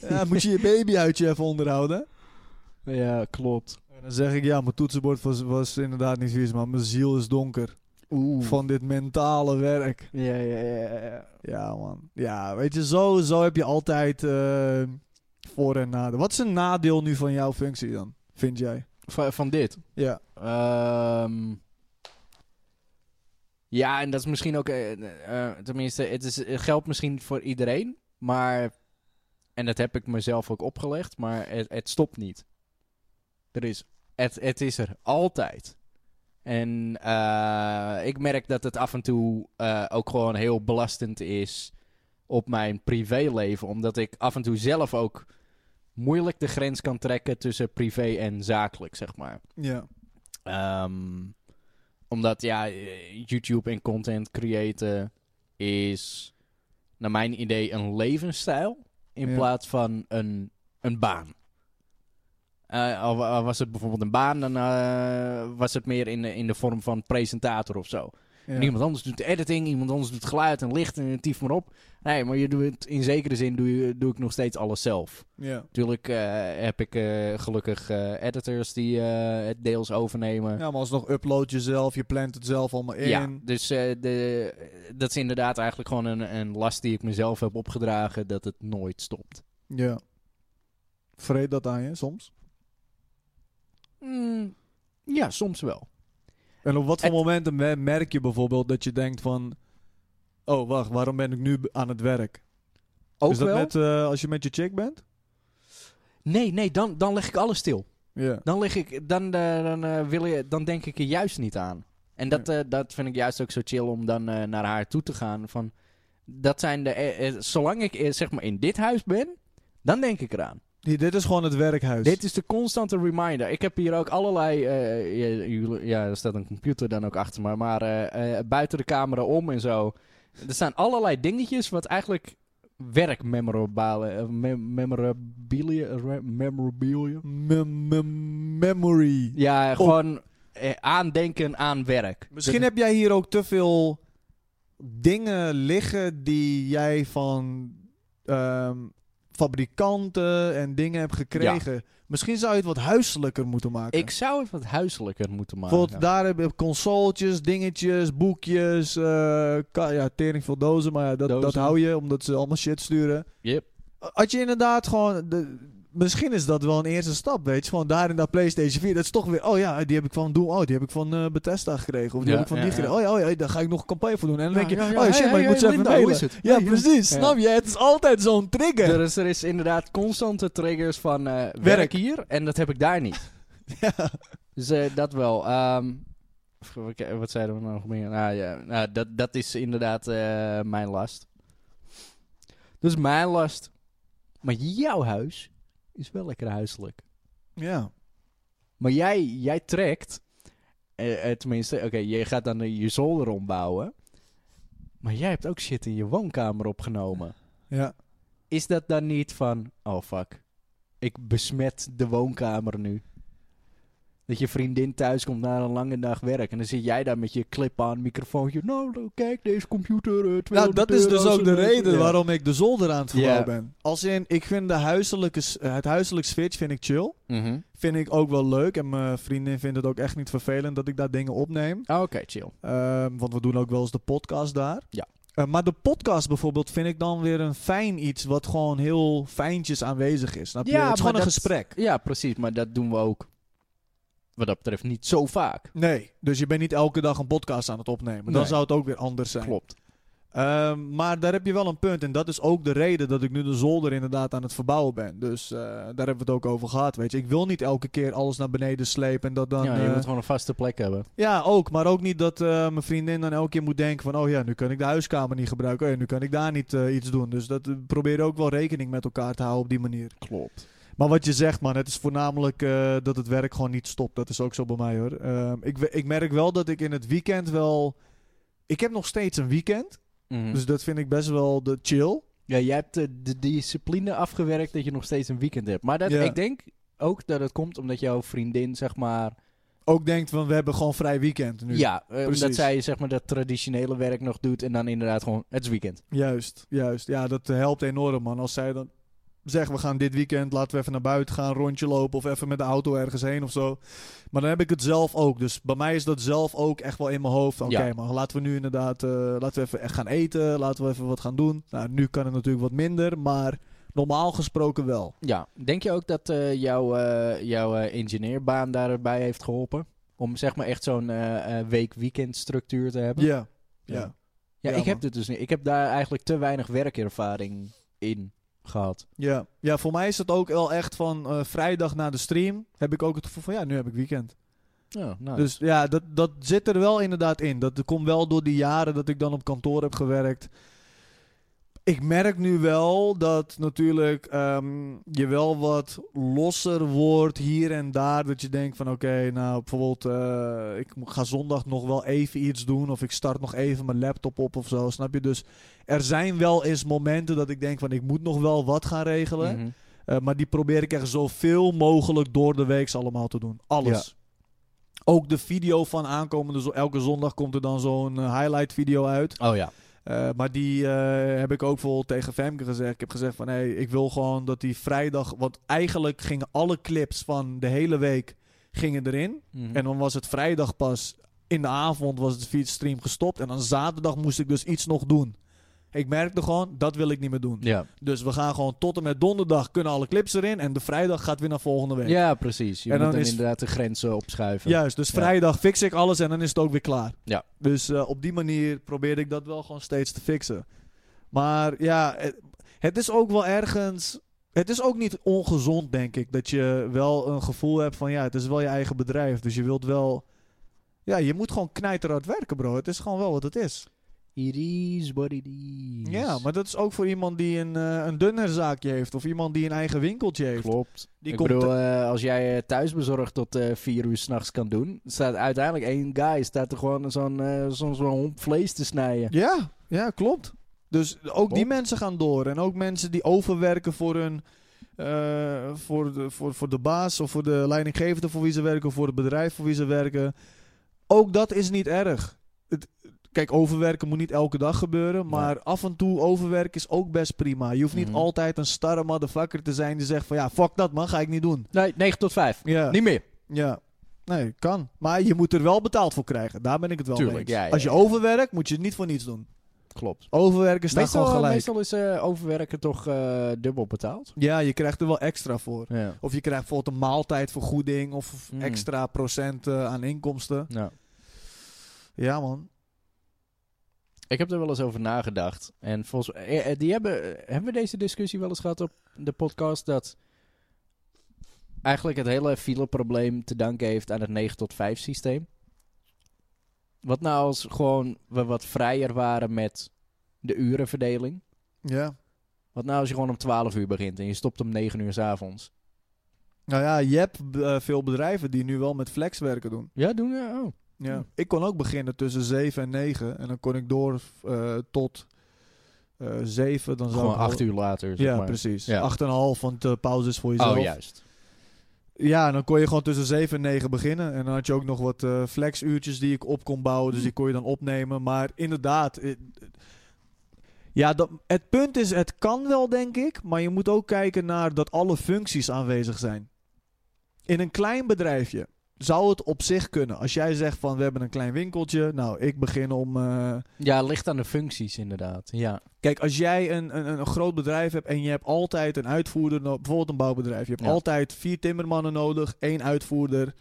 Ja, moet je je baby uit je even onderhouden?
ja, klopt.
En dan zeg ik, ja, mijn toetsenbord was, was inderdaad niet vies, maar mijn ziel is donker.
Oeh.
Van dit mentale werk.
Ja, ja, ja, ja.
Ja, man. Ja, weet je, zo, zo heb je altijd eh, voor- en nadeel. Wat is een nadeel nu van jouw functie dan, vind jij?
Van, van dit.
Ja.
Ehm, ja, en dat is misschien ook... eh, eh, eh, tenminste, het, is, het geldt misschien voor iedereen, maar... En dat heb ik mezelf ook opgelegd, maar het, het stopt niet. Er is, het, het is er altijd. En eh, ik merk dat het af en toe eh, ook gewoon heel belastend is op mijn privéleven. Omdat ik af en toe zelf ook moeilijk de grens kan trekken tussen privé en zakelijk, zeg maar.
Ja.
Ehm, omdat ja, eh, YouTube en content creëren is naar mijn idee een levensstijl in
Ja.
plaats van een, een baan. Eh, al, wa- al was het bijvoorbeeld een baan, dan eh, was het meer in de, in de vorm van presentator of zo.
Ja.
En iemand anders doet de editing, iemand anders doet geluid en licht en tief maar op. Nee, maar je doet het, in zekere zin doe, je, doe ik nog steeds alles zelf.
Ja.
Natuurlijk eh, heb ik eh, gelukkig eh, editors die eh, het deels overnemen.
ja, maar alsnog upload jezelf, je plant het zelf allemaal in.
Ja, dus eh, de, dat is inderdaad eigenlijk gewoon een, een last die ik mezelf heb opgedragen dat het nooit stopt.
Ja. Vreet dat aan je soms?
Mm, ja, soms wel.
En op wat voor
Het-
momenten me- merk je bijvoorbeeld dat je denkt van... Oh, wacht, waarom ben ik nu b- aan het werk?
Ook
Is dat
wel?
net eh, als je met je chick bent?
Nee, nee, dan, dan leg ik alles stil.
Ja.
Dan, leg ik, dan, eh, dan, eh, wil je, dan denk ik er juist niet aan. En dat, eh, dat vind ik juist ook zo chill om dan eh, naar haar toe te gaan. Van, dat zijn de, eh, eh, zolang ik eh, zeg maar in dit huis ben, dan denk ik eraan.
Hier, dit is gewoon het werkhuis.
Dit is de constante reminder. Ik heb hier ook allerlei. eh, ja, jullie- ja, er staat een computer dan ook achter me. Maar eh, eh, buiten de camera om en zo. Er staan allerlei dingetjes wat eigenlijk werkmemorabilia. eh, me- memorabilia. re- memorabilia.
Mem- mem- memory.
Ja, gewoon eh, aandenken aan werk.
Misschien
Dus-
heb jij hier ook te veel dingen liggen die jij van ehm, fabrikanten en dingen hebt gekregen. Misschien zou je het wat huiselijker moeten maken.
Ik zou het wat huiselijker moeten maken.
Bijvoorbeeld, daar heb je consoletjes, dingetjes, boekjes, eh, ka- ja, tering veel dozen, maar ja, dat, dat
Dozen.
hou je omdat ze allemaal shit sturen.
Yep.
Had je inderdaad gewoon, de, misschien is dat wel een eerste stap, weet je, gewoon daar in dat PlayStation 4, dat is toch weer, oh ja, die heb ik van Doom, oh, die heb ik van eh, Bethesda gekregen, of die
Ja,
heb ik van
ja,
die
ja.
gekregen, oh ja, oh ja, daar ga ik nog een campagne voor doen. En dan
Ja,
denk je,
ja, ja.
oh ja,
Hey,
shit, maar ik
hey,
moet ze
hey,
even
Linda, hoe
mailen.
is het?
Ja,
Ja, ja.
precies,
Ja.
snap je, het is altijd zo'n trigger.
Er is, er is inderdaad constante triggers van eh, werk.
Werk.
hier en dat heb ik daar niet.
Ja.
Dus eh, dat wel. Ehm, wat- wat zeiden we nou nog meer? Nou ja, nou, dat, dat is inderdaad eh, mijn last. Dus mijn last. Maar jouw huis is wel lekker huiselijk.
Ja,
Maar jij, jij trekt. eh, eh, tenminste, oké, je gaat dan eh, je zolder ombouwen. Maar jij hebt ook shit in je woonkamer opgenomen.
ja.
Is dat dan niet van, oh fuck, ik besmet de woonkamer nu? Dat je vriendin thuis komt na een lange dag werk en dan zit jij daar met je clip-on microfoontje. Nou, kijk, deze computer. eh, 200
Nou, dat is dus
euro's
ook de
en, eh,
reden
ja.
waarom ik de zolder aan het verbouwen
Ja.
ben. Als in, ik vind de huiselijke, s- eh, het huiselijk switch vind ik chill.
Mhm.
Vind ik ook wel leuk. En mijn vriendin vindt het ook echt niet vervelend dat ik daar dingen opneem.
Ah, Oké, chill.
Ehm, want we doen ook wel eens de podcast daar.
Ja.
Eh, maar de podcast bijvoorbeeld vind ik dan weer een fijn iets wat gewoon heel fijntjes aanwezig is. Snap je?
Ja,
het is
maar
gewoon een
dat-
gesprek.
Ja, precies, maar dat doen we ook. Wat dat betreft niet zo vaak.
Nee, dus je bent niet elke dag een podcast aan het opnemen. Dan
Nee.
zou het ook weer anders zijn.
Klopt.
Ehm, maar daar heb je wel een punt. En dat is ook de reden dat ik nu de zolder inderdaad aan het verbouwen ben. Dus eh, daar hebben we het ook over gehad. Weet je, ik wil niet elke keer alles naar beneden slepen. En dat dan.
ja, je
eh,
moet gewoon een vaste plek hebben.
ja, ook. Maar ook niet dat eh, mijn vriendin dan elke keer moet denken: van... oh ja, nu kan ik de huiskamer niet gebruiken. Oh ja, nu kan ik daar niet eh, iets doen. Dus dat eh, probeer ook wel rekening met elkaar te houden op die manier.
Klopt.
Maar wat je zegt, man, het is voornamelijk eh, dat het werk gewoon niet stopt. Dat is ook zo bij mij hoor. Ehm, ik, we- ik merk wel dat ik in het weekend wel. Ik heb nog steeds een weekend.
Hm.
Dus dat vind ik best wel de chill.
Ja, jij hebt eh, de, de discipline afgewerkt dat je nog steeds een weekend hebt. Maar dat,
Ja.
ik denk ook dat het komt omdat jouw vriendin, zeg maar...
ook denkt van we hebben gewoon vrij weekend nu.
ja, eh, omdat
precies.
zij zeg maar dat traditionele werk nog doet en dan inderdaad gewoon, het is weekend.
Juist, juist. Ja, dat eh, helpt enorm man. Als zij dan zegt we gaan dit weekend, laten we even naar buiten gaan, rondje lopen of even met de auto ergens heen of zo. Maar dan heb ik het zelf ook. Dus bij mij is dat zelf ook echt wel in mijn hoofd. van, Oké
Ja.
man, laten we nu inderdaad, eh, laten we even echt gaan eten, laten we even wat gaan doen. Nou, nu kan het natuurlijk wat minder, maar normaal gesproken wel.
Ja, denk je ook dat eh, jouw, eh, jouw eh, ingenieurbaan daarbij heeft geholpen? Om zeg maar echt zo'n eh, eh, week-weekend structuur te hebben?
Ja, ja.
Ja,
ja,
ik
man.
heb dit dus niet. Ik heb daar eigenlijk te weinig werkervaring in gehad.
Ja. ja, voor mij is het ook wel echt van eh, vrijdag na de stream heb ik ook het gevoel van ja, nu heb ik weekend.
Ja, nou.
Dus ja, dat, dat zit er wel inderdaad in. Dat komt wel door die jaren dat ik dan op kantoor heb gewerkt. Ik merk nu wel dat natuurlijk ehm, je wel wat losser wordt hier en daar. Dat je denkt van oké, nou bijvoorbeeld eh, ik ga zondag nog wel even iets doen. Of ik start nog even mijn laptop op of zo, snap je? Dus er zijn wel eens momenten dat ik denk van ik moet nog wel wat gaan regelen.
Mhm.
Eh, maar die probeer ik echt zoveel mogelijk door de week allemaal te doen. Alles. Ook de video van aankomende, zo- elke zondag komt er dan zo'n eh, highlight video uit.
Oh ja.
Eh, maar die eh, heb ik ook vol tegen Femke gezegd. Ik heb gezegd van, hé, ik wil gewoon dat die vrijdag... Want eigenlijk gingen alle clips van de hele week gingen erin.
Hm. Mhm.
En dan was het vrijdag pas in de avond was het via stream gestopt. En dan zaterdag moest ik dus iets nog doen. Ik merkte gewoon, dat wil ik niet meer doen.
ja.
Dus we gaan gewoon tot en met donderdag kunnen alle clips erin. En de vrijdag gaat weer naar volgende week.
ja, precies. Je
En
moet
dan
dan
is-
inderdaad de grenzen opschuiven.
Juist, dus
Ja.
vrijdag fix ik alles en dan is het ook weer klaar.
Ja.
Dus eh, op die manier probeerde ik dat wel gewoon steeds te fixen. Maar ja, het, het is ook wel ergens... Het is ook niet ongezond, denk ik. Dat je wel een gevoel hebt van... Ja, het is wel je eigen bedrijf. Dus je wilt wel... Ja, je moet gewoon knijterhard werken, bro. Het is gewoon wel wat het is.
It is what it is.
Ja, maar dat is ook voor iemand die een, eh een dunnerzaakje heeft. Of iemand die een eigen winkeltje heeft.
Klopt.
Die
ik
komt
bedoel, eh, als jij eh, thuisbezorgd tot eh vier uur s'nachts kan doen, staat uiteindelijk één guy staat er gewoon zo'n eh, zo'n zo'n homp vlees te snijden.
Ja, ja, klopt. Dus ook die
Klopt.
mensen gaan door. En ook mensen die overwerken voor hun. eh, voor, de, voor, voor de baas of voor de leidinggevende voor wie ze werken, of voor het bedrijf voor wie ze werken. Ook dat is niet erg. Het, kijk, overwerken moet niet elke dag gebeuren, maar af en toe overwerken is ook best prima. Je hoeft niet
Mhm.
altijd een starre motherfucker te zijn die zegt van ja, fuck dat man, ga ik niet doen.
Nee, 9 tot 5.
Ja.
Niet meer.
Ja. Nee, kan. Maar je moet er wel betaald voor krijgen. Daar ben ik het wel
Tuurlijk,
mee eens.
ja, ja,
Als je
ja.
overwerkt, moet je het niet voor niets doen.
Klopt.
Overwerken staat
Meestal,
gewoon gelijk.
meestal is eh, overwerken toch eh, dubbel betaald.
Ja, je krijgt er wel extra voor.
Ja.
Of je krijgt bijvoorbeeld een maaltijdvergoeding of of
Mm.
extra procent eh, aan inkomsten.
Nou,
Ja, man.
ik heb er wel eens over nagedacht. En volgens eh, eh, die hebben, eh, hebben we deze discussie wel eens gehad op de podcast dat eigenlijk het hele fileprobleem te danken heeft aan het 9 tot 5 systeem. Wat nou als gewoon we wat vrijer waren met de urenverdeling?
Ja.
Wat nou als je gewoon om 12 uur begint en je stopt om 9 uur 's avonds?
Nou ja, je hebt eh, veel bedrijven die nu wel met flex werken doen.
Ja, doen we. Oh.
Ja.
Mm.
Ik kon ook beginnen tussen 7 en 9. En dan kon ik door eh, tot eh 7. Dan zou
Gewoon
ik wel-
8 uhr later. Zeg
Ja,
maar.
precies.
Ja.
8,5, want de pauze is voor jezelf.
Oh, juist.
Ja, en dan kon je gewoon tussen 7 en 9 beginnen. En dan had je ook nog wat eh, flexuurtjes die ik op kon bouwen. Dus die kon je dan opnemen. Maar inderdaad. eh, eh, ja, dat, het punt is, het kan wel, denk ik. Maar je moet ook kijken naar dat alle functies aanwezig zijn. In een klein bedrijfje zou het op zich kunnen. Als jij zegt van we hebben een klein winkeltje. Nou, ik begin om. eh,
Ja, ligt aan de functies inderdaad. Ja.
Kijk, als jij een, een, een groot bedrijf hebt en je hebt altijd een uitvoerder, no- bijvoorbeeld een bouwbedrijf, je hebt
Ja.
altijd vier timmermannen nodig, één uitvoerder.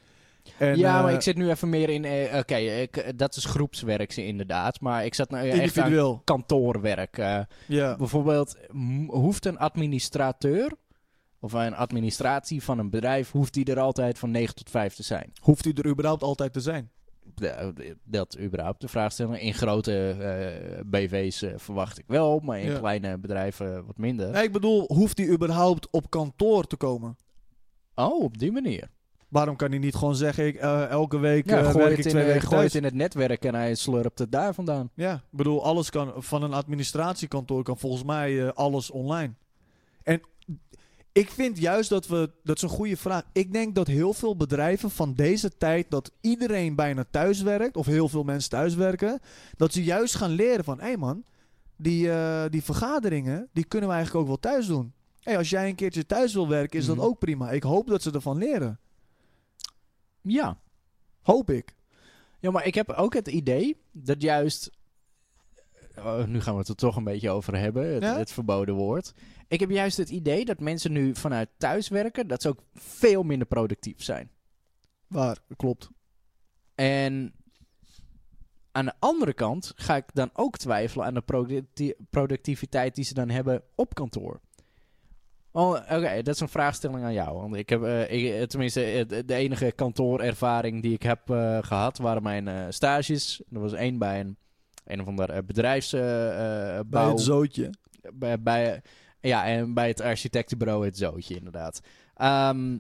En,
ja,
eh,
maar ik zit nu even meer in. eh, Oké, ik, eh, dat is groepswerk ze inderdaad. Maar ik zat nou echt aan
individueel.
kantoorwerk. eh.
Ja.
bijvoorbeeld, m- hoeft een administrateur of een administratie van een bedrijf, hoeft die er altijd van 9 tot 5 te zijn?
Hoeft u er überhaupt altijd te zijn?
De- eh, dat überhaupt de vraag stellen. In grote eh, BV's eh, verwacht ik wel, maar in
Ja.
kleine bedrijven eh, wat minder.
Nee, ik bedoel, hoeft hij überhaupt op kantoor te komen?
Oh, op die manier.
Waarom kan hij niet gewoon zeggen, ik, eh, elke week
ja,
eh,
gooi,
werk
het
ik
in,
twee
eh,
weken
gooi
thuis?
het in het netwerk en hij slurpt het daar vandaan.
Ja, ik bedoel, alles kan, van een administratiekantoor kan volgens mij eh, alles online. En ik vind juist dat we, dat is een goede vraag. Ik denk dat heel veel bedrijven van deze tijd, dat iedereen bijna thuis werkt, of heel veel mensen thuis werken, dat ze juist gaan leren van, hé man, die, eh, die vergaderingen, die kunnen we eigenlijk ook wel thuis doen. Hé, als jij een keertje thuis wil werken, is
Mhm.
dat ook prima. Ik hoop dat ze ervan leren.
Ja.
Hoop ik.
Ja, maar ik heb ook het idee dat juist. Oh, nu gaan we het er toch een beetje over hebben, het,
Ja?
het verboden woord. Ik heb juist het idee dat mensen nu vanuit thuis werken, dat ze ook veel minder productief zijn.
Waar, klopt.
En aan de andere kant ga ik dan ook twijfelen aan de producti- productiviteit die ze dan hebben op kantoor. Oh, Oké, dat is een vraagstelling aan jou. Want ik heb, eh, ik- eh, tenminste, eh, de- de enige kantoorervaring die ik heb eh, gehad waren mijn eh, stages. Er was één bij een, een of ander eh, bedrijfs eh, eh,
Bij
bouw-
het zootje.
bij, bij, ja, en bij het architectenbureau het zootje, inderdaad. Ehm,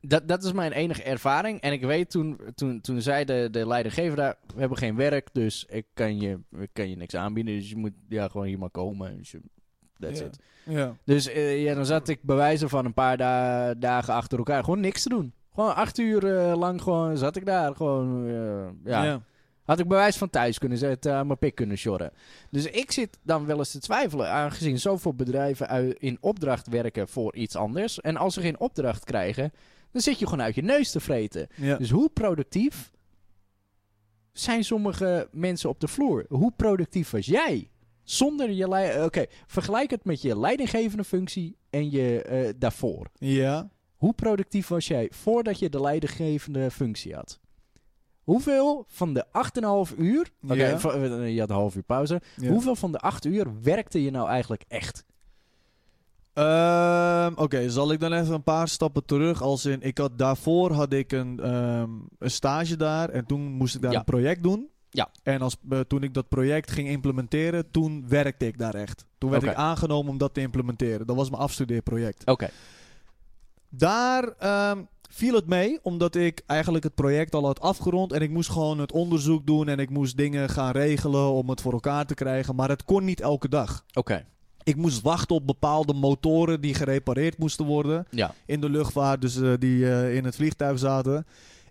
dat, dat is mijn enige ervaring. En ik weet toen, toen, toen zei de, de leidinggever daar, we hebben geen werk, dus ik kan je, ik kan je niks aanbieden. Dus je moet ja, gewoon hier maar komen. Dus je- that's
Ja.
it.
Ja.
Dus eh, ja, dan zat ik bij wijze van een paar da- dagen achter elkaar gewoon niks te doen. Gewoon acht uur eh, lang gewoon zat ik daar. Gewoon, eh, ja.
ja.
Had ik bewijs van thuis kunnen zetten, aan mijn pik kunnen sjorren. Dus ik zit dan wel eens te twijfelen, aangezien zoveel bedrijven ui- in opdracht werken voor iets anders. En als ze geen opdracht krijgen, dan zit je gewoon uit je neus te vreten.
ja.
Dus hoe productief zijn sommige mensen op de vloer? Hoe productief was jij? Zonder je lei- eh, Oké, vergelijk het met je leidinggevende functie en je eh, daarvoor.
ja.
Hoe productief was jij voordat je de leidinggevende functie had? Hoeveel van de 8,5 uur. Oké,
Ja.
va- eh, je had een half uur pauze.
Ja.
Hoeveel van de 8 uur werkte je nou eigenlijk echt?
Ehm, Oké, zal ik dan even een paar stappen terug? Als in, ik had, daarvoor had ik een, ehm, een stage daar en toen moest ik daar
Ja.
een project doen.
Ja.
En als, eh, toen ik dat project ging implementeren, toen werkte ik daar echt. Toen werd
Oké.
ik aangenomen om dat te implementeren. Dat was mijn afstudeerproject.
Oké.
Daar ehm, viel het mee, omdat ik eigenlijk het project al had afgerond. En ik moest gewoon het onderzoek doen en ik moest dingen gaan regelen om het voor elkaar te krijgen. Maar het kon niet elke dag.
Oké.
Ik moest wachten op bepaalde motoren die gerepareerd moesten worden
Ja.
in de luchtvaart, dus eh, die eh, in het vliegtuig zaten.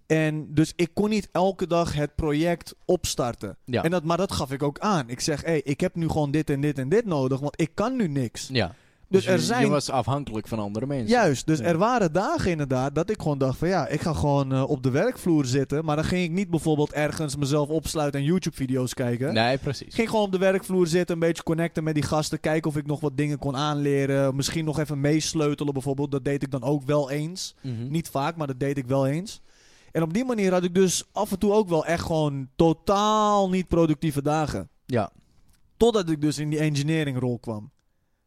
En dus ik kon niet elke dag het project opstarten.
Ja.
En dat, maar dat gaf ik ook aan. Ik zeg, hé, hey, ik heb nu gewoon dit en dit en dit nodig, want ik kan nu niks.
ja.
Dus er
je-
zijn-
Je was afhankelijk van andere mensen.
Juist, dus
Ja.
er waren dagen inderdaad dat ik gewoon dacht van ja, ik ga gewoon eh, op de werkvloer zitten. Maar dan ging ik niet bijvoorbeeld ergens mezelf opsluiten en YouTube-video's kijken.
Nee,
Ik
precies.
ging gewoon op de werkvloer zitten, een beetje connecten met die gasten. Kijken of ik nog wat dingen kon aanleren. Misschien nog even meesleutelen bijvoorbeeld. Dat deed ik dan ook wel eens.
Mhm.
Niet vaak, maar dat deed ik wel eens. En op die manier had ik dus af en toe ook wel echt gewoon totaal niet productieve dagen.
Ja.
Totdat ik dus in die engineeringrol kwam.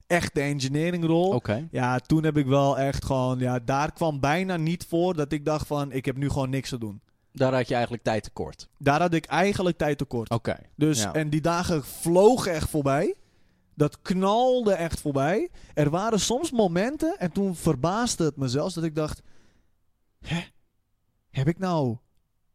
Echt de engineeringrol.
Oké.
Ja, toen heb ik wel echt gewoon... Ja, daar kwam bijna niet voor dat ik dacht van... Ik heb nu gewoon niks te doen.
Daar had je eigenlijk tijd tekort.
Daar had ik eigenlijk tijd tekort.
Oké.
Dus,
Ja.
En die dagen vlogen echt voorbij. Dat knalde echt voorbij. Er waren soms momenten, en toen verbaasde het me zelfs, dat ik dacht... Hè? Heb ik nou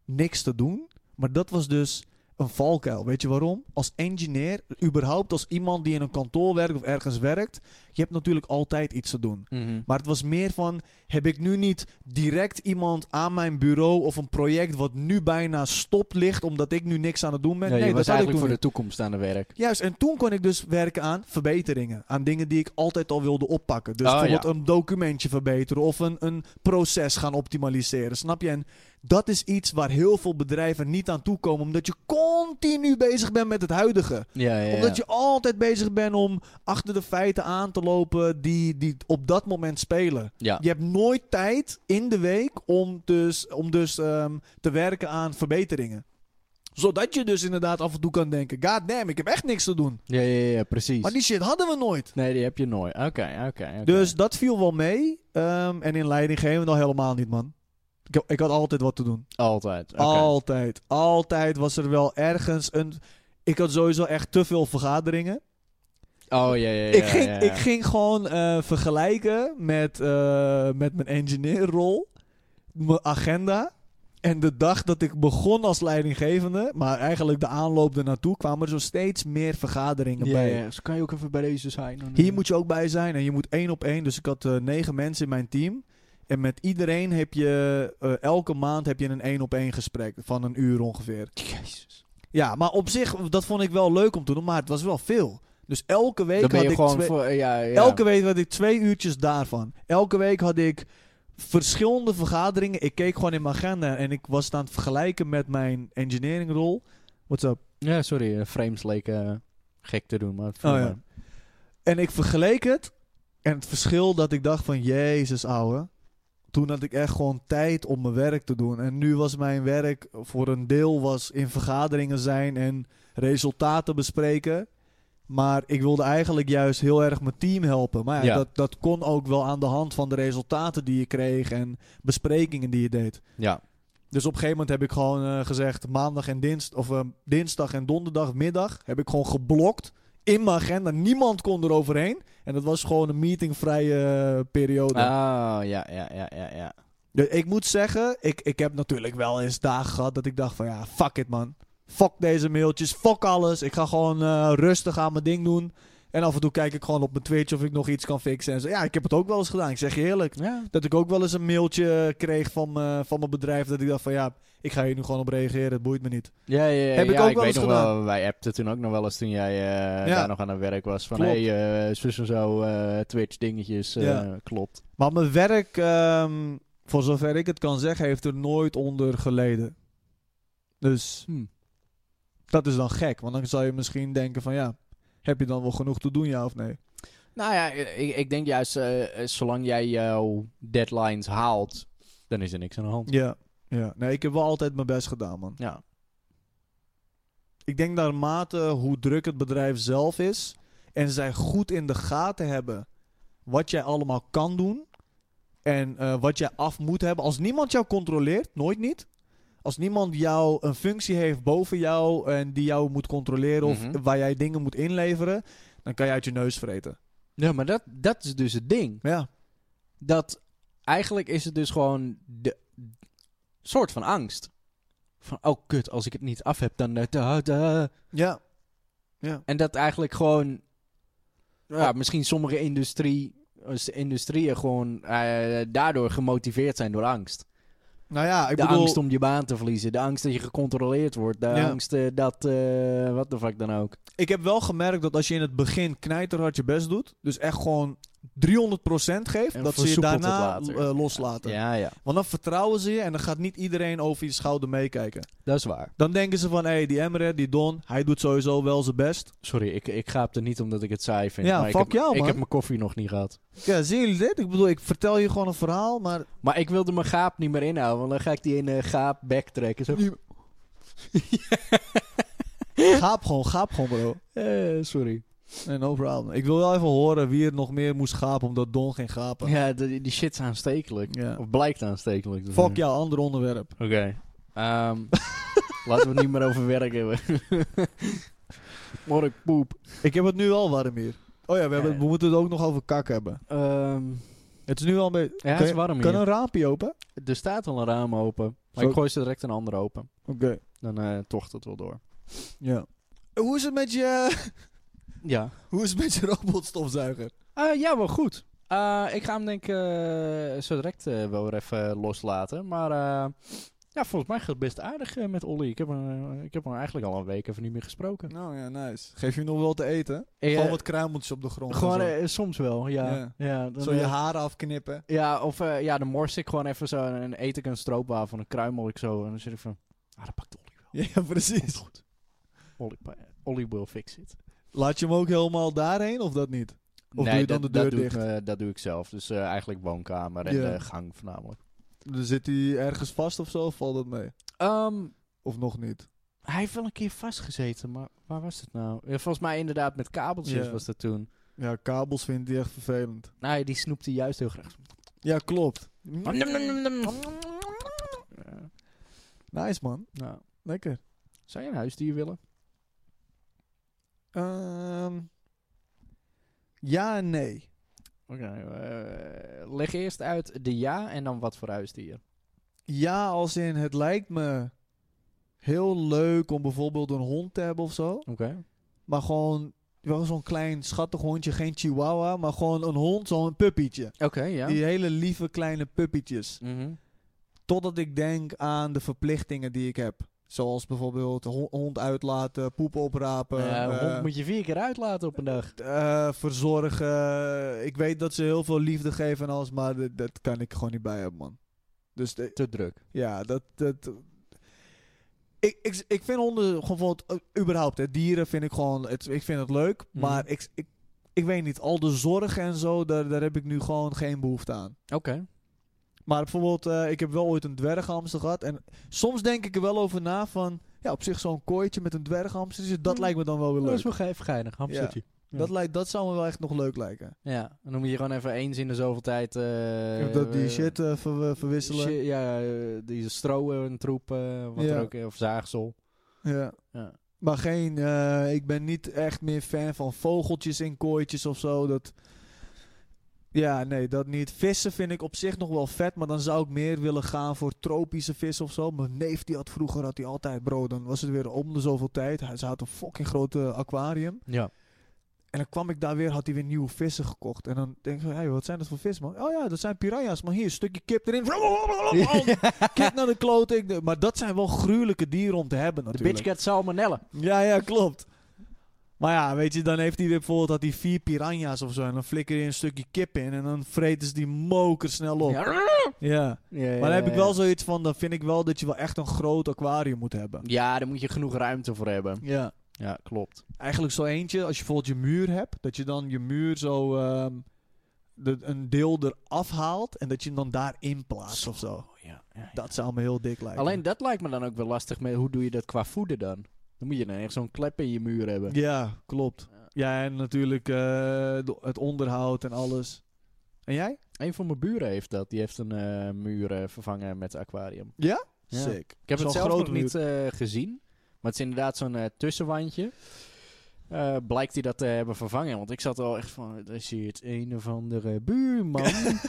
niks te doen? Maar dat was dus een valkuil. Weet je waarom? Als engineer, überhaupt als iemand die in een kantoor werkt of ergens werkt... Je hebt natuurlijk altijd iets te doen.
Mhm.
Maar het was meer van, heb ik nu niet direct iemand aan mijn bureau of een project wat nu bijna stopt ligt omdat ik nu niks aan het doen ben?
Ja, je
nee, dat
was
had ik toen
eigenlijk voor
niet.
de toekomst aan het werk.
Juist, en toen kon ik dus werken aan verbeteringen. Aan dingen die ik altijd al wilde oppakken. Dus
Oh,
bijvoorbeeld een documentje verbeteren of een, een proces gaan optimaliseren. Snap je? En dat is iets waar heel veel bedrijven niet aan toekomen. Omdat je continu bezig bent met het huidige
Ja, ja, ja.
omdat je altijd bezig bent om achter de feiten aan te lopen die, die op dat moment spelen.
Ja.
Je hebt nooit tijd in de week om dus, om dus ehm, te werken aan verbeteringen. Zodat je dus inderdaad af en toe kan denken: God damn, ik heb echt niks te doen.
Ja, ja, ja, precies.
Maar die shit hadden we nooit.
Nee, die heb je nooit. Oké, oké. oké.
Dus dat viel wel mee. ehm, en in leidinggevende al helemaal niet, man. Ik, heb- ik had altijd wat te doen.
Altijd. oké.
Altijd. Altijd was er wel ergens een. Ik had sowieso echt te veel vergaderingen.
Oh, ja, ja, ja.
ik, ging,
ja, ja.
ik ging gewoon eh, vergelijken met, eh, met mijn engineerrol, mijn agenda. En de dag dat ik begon als leidinggevende, maar eigenlijk de aanloop ernaartoe, kwamen er zo steeds meer vergaderingen bij.
Dus kan je ook even bij deze zijn. eh,
Hier moet je ook bij zijn en je moet één op één. Dus ik had eh, negen mensen in mijn team. En met iedereen heb je eh, elke maand heb je een één op één gesprek van een uur ongeveer.
Jezus.
Ja, maar op zich, dat vond ik wel leuk om te doen, maar het was wel veel. Dus elke week
Dan ben
had
je
ik
gewoon
twee-
voor... Ja, ja.
Elke week had ik twee uurtjes daarvan. Elke week had ik verschillende vergaderingen. Ik keek gewoon in mijn agenda en ik was het aan het vergelijken met mijn engineeringrol. What's up?
Ja, sorry. eh, Frames leken eh, gek te doen, maar... het viel
Oh, ja.
maar.
En ik vergeleek het. En het verschil dat ik dacht van, jezus ouwe. Toen had ik echt gewoon tijd om mijn werk te doen. En nu was mijn werk voor een deel was in vergaderingen zijn en resultaten bespreken. Maar ik wilde eigenlijk juist heel erg mijn team helpen. Maar ja,
Ja.
Dat, dat kon ook wel aan de hand van de resultaten die je kreeg en besprekingen die je deed.
Ja.
Dus op een gegeven moment heb ik gewoon eh, gezegd: maandag en dienst, of, eh, dinsdag en donderdagmiddag heb ik gewoon geblokt in mijn agenda. Niemand kon er overheen. En dat was gewoon een meetingvrije eh, periode.
Ah, ja, ja, ja, ja, ja.
Dus ik moet zeggen, ik, ik heb natuurlijk wel eens dagen gehad dat ik dacht: van ja, fuck it man. Fuck deze mailtjes, fuck alles. Ik ga gewoon eh, rustig aan mijn ding doen. En af en toe kijk ik gewoon op mijn Twitch of ik nog iets kan fixen. En zo. Ja, ik heb het ook wel eens gedaan. Ik zeg je eerlijk.
Ja.
Dat ik ook wel eens een mailtje kreeg van, eh, van mijn bedrijf. Dat ik dacht van ja, ik ga hier nu gewoon op reageren. Het boeit me niet.
Ja, ja, ja,
Heb ik
ja,
ook
ik
wel
weet
eens
nog wel, wij appten toen ook nog wel eens toen jij eh,
Ja.
daar nog aan het werk was. Van,
Klopt.
hé, hey, eh, zus en zo, eh, Twitch dingetjes, eh,
Ja.
klopt.
Maar mijn werk, ehm, voor zover ik het kan zeggen, heeft er nooit onder geleden. Dus dat is dan gek. Want dan zou je misschien denken van ja, heb je dan wel genoeg te doen ja of nee?
Nou ja, ik, ik denk juist, eh, eh, zolang jij jouw deadlines haalt, dan is er niks aan de hand.
Ja. ja. Nee, ik heb wel altijd mijn best gedaan man.
Ja.
Ik denk naarmate hoe druk het bedrijf zelf is en zij goed in de gaten hebben wat jij allemaal kan doen en eh, wat jij af moet hebben. Als niemand jou controleert, nooit niet. Als niemand jou een functie heeft boven jou en die jou moet controleren of
Mhm.
waar jij dingen moet inleveren, dan kan je uit je neus vreten.
Ja, maar dat, dat is dus het ding.
Ja,
Dat eigenlijk is het dus gewoon de soort van angst. Van, oh kut, als ik het niet af heb, dan... eh, da, da.
ja,
En dat eigenlijk gewoon... Ja, misschien sommige industrie, eh, industrieën gewoon eh, daardoor gemotiveerd zijn door angst.
nou ja, ik
de
bedoel,
angst om je baan te verliezen. De angst dat je gecontroleerd wordt. De
Ja.
angst eh, dat... eh, wat de fuck dan ook.
ik heb wel gemerkt dat als je in het begin knijterhard je best doet, dus echt gewoon 300% geeft,
En
dat ze je
versoepelt het
daarna
later.
eh, loslaten.
Ja, ja.
Want dan vertrouwen ze je en dan gaat niet iedereen over je schouder meekijken.
Dat is waar.
Dan denken ze van, hé, hey, die Emre, die Don, hij doet sowieso wel zijn best.
Sorry, ik, ik gaap er niet omdat ik het saai vind.
Ja,
maar ik
fuck
heb,
jou,
Ik
man.
heb mijn koffie nog niet gehad.
Ja, zien jullie dit? Ik bedoel, ik vertel je gewoon een verhaal, maar...
Maar ik wilde mijn gaap niet meer inhouden, want dan ga ik die ene gaap backtrekken. Zo,
Gaap gewoon, gaap gewoon, bro.
eh, sorry.
Nee, no problem. Ik wil wel even horen wie er nog meer moest gapen, omdat Don ging gapen.
Ja, die, die shit is aanstekelijk.
Ja.
Of blijkt aanstekelijk. te zijn.
Fuck jou, ander onderwerp.
Oké. Ehm, laten we het niet meer over werk hebben. Morgen poep.
Ik heb het nu al warm hier. Oh ja, we, hebben,
Ja.
we moeten het ook nog over kak hebben.
Ehm,
Het is nu al een beetje...
ja, het
Kan
is
je-
warm
Kan
hier.
een raampje open?
Er staat al een raam open. Maar
Zo-
ik gooi ze direct een ander open.
Oké,
Dan eh tocht het wel door.
ja. Hoe is het met je...
Ja.
Hoe is het met je robotstofzuiger?
Eh, ja, wel goed. Eh, ik ga hem denk ik eh, zo direct eh, wel weer even loslaten. Maar eh, ja, volgens mij gaat het best aardig eh, met Olly. Ik heb, hem, eh, ik heb hem eigenlijk al een week even niet meer gesproken.
Nou ja, nice. Geef je hem nog wel te eten?
Eh,
gewoon wat kruimeltjes op de grond. en
gewoon
zo.
eh, soms wel, ja.
Ja.
ja dan,
zo je
eh,
haren afknippen.
ja, of eh, ja, dan mors ik gewoon even zo en dan eet ik een stroopwafel en dan kruimel ik zo. En dan zit ik van, ah, dat pakt Olly wel.
Ja, precies.
Olly, pa- Olly will fix it.
Laat je hem ook helemaal daarheen of dat niet? Of doe je dan
dat-
de deur
dat doe ik,
dicht?
eh, dat doe ik zelf. Dus eh, eigenlijk woonkamer en
Ja.
eh, gang voornamelijk.
Dan zit hij ergens vast of zo, of valt dat mee?
Ehm,
Of nog niet?
Hij heeft wel een keer vastgezeten, maar waar was het nou? Ja, volgens mij inderdaad met kabeltjes
Ja.
was dat toen.
Ja, kabels vindt hij echt vervelend.
Nee, die snoepte juist heel graag.
Ja, klopt.
Ja,
Nice man,
nou,
lekker.
zou je een huisdier willen?
Ehm, ja en nee.
Oké, eh, leg eerst uit de ja en dan wat voor huisdier.
Ja, als in het lijkt me heel leuk om bijvoorbeeld een hond te hebben of zo.
Oké.
Maar gewoon wel zo'n klein schattig hondje, geen chihuahua, maar gewoon een hond, zo'n puppietje.
Oké, ja.
Die hele lieve kleine puppietjes.
Mhm.
Totdat ik denk aan de verplichtingen die ik heb. Zoals bijvoorbeeld hon- hond uitlaten, poep oprapen,
Ja, een
eh,
hond moet je vier keer uitlaten op een dag.
eh, verzorgen. Ik weet dat ze heel veel liefde geven en alles, maar dat, dat kan ik gewoon niet bij hebben, man. Dus de-
Te druk.
ja, dat. dat ik, ik, ik vind honden gewoon bijvoorbeeld, eh, überhaupt, hè, dieren vind ik gewoon, het, ik vind het leuk,
Mhm.
maar ik, ik, ik weet niet, al de zorgen en zo, daar, daar heb ik nu gewoon geen behoefte aan.
Oké.
Maar bijvoorbeeld, eh, ik heb wel ooit een dwerghamster gehad en soms denk ik er wel over na van, ja, op zich zo'n kooitje met een dwerghamster, dus dat
Hmm.
lijkt me dan wel weer
Dat
leuk.
is wel ge- even geinig, hamstertje. ja.
Dat, lijkt, dat zou me wel echt nog leuk lijken.
Ja. en dan moet je gewoon even eens in de zoveel tijd... eh,
dat die
eh,
shit eh, ver- verwisselen.
Shit, ja, eh, die stroen en troepen, wat
Ja.
er ook, eh, of zaagsel.
Ja.
Ja.
Maar geen, eh, ik ben niet echt meer fan van vogeltjes in kooitjes of zo. Dat, ja, nee, dat niet. Vissen vind ik op zich nog wel vet, maar dan zou ik meer willen gaan voor tropische vis of zo. Mijn neef die had vroeger had hij altijd, bro, dan was het weer om de zoveel tijd. Hij ze had een fucking grote aquarium.
Ja.
En dan kwam ik daar weer, had hij weer nieuwe vissen gekocht. En dan denk ik, hey, wat zijn dat voor vis, man? Oh ja, dat zijn piranha's, man. Hier, een stukje kip erin. Oh, Kip naar de kloot. Ik- Maar dat zijn wel gruwelijke dieren om te hebben
De
natuurlijk.
bitch cat salmonella.
Ja, ja, klopt. Maar ja, weet je, dan heeft hij weer bijvoorbeeld had hij vier piranha's of zo. En dan flikker je een stukje kip in en dan vreten ze die moker snel
Oh.
op. Ja. Eh. Maar dan heb ik wel zoiets van, dan vind ik wel dat je wel echt een groot aquarium moet hebben.
Ja, daar moet je genoeg ruimte voor hebben.
Ja.
Ja, klopt.
Eigenlijk zo eentje, als je bijvoorbeeld je muur hebt, dat je dan je muur zo ehm, de, een deel eraf haalt en dat je hem dan daarin plaatst of zo.
Oh, ja, ja, ja.
Dat zou me heel dik lijken.
Alleen dat lijkt me dan ook wel lastig. Met, hoe doe je dat qua voeden dan? Dan moet je dan echt zo'n klep in je muur hebben.
Ja, klopt. Ja, en natuurlijk eh, de- het onderhoud en alles. En jij?
Een van mijn buren heeft dat. Die heeft een eh, muur eh, vervangen met aquarium. Ja.
Sick.
Ik heb
Zo'n
het zelf
grote
nog niet eh, gezien. Maar het is inderdaad zo'n eh, tussenwandje. Eh, blijkt hij dat te hebben vervangen. Want ik zat al echt van... Daar zit een of andere buurman...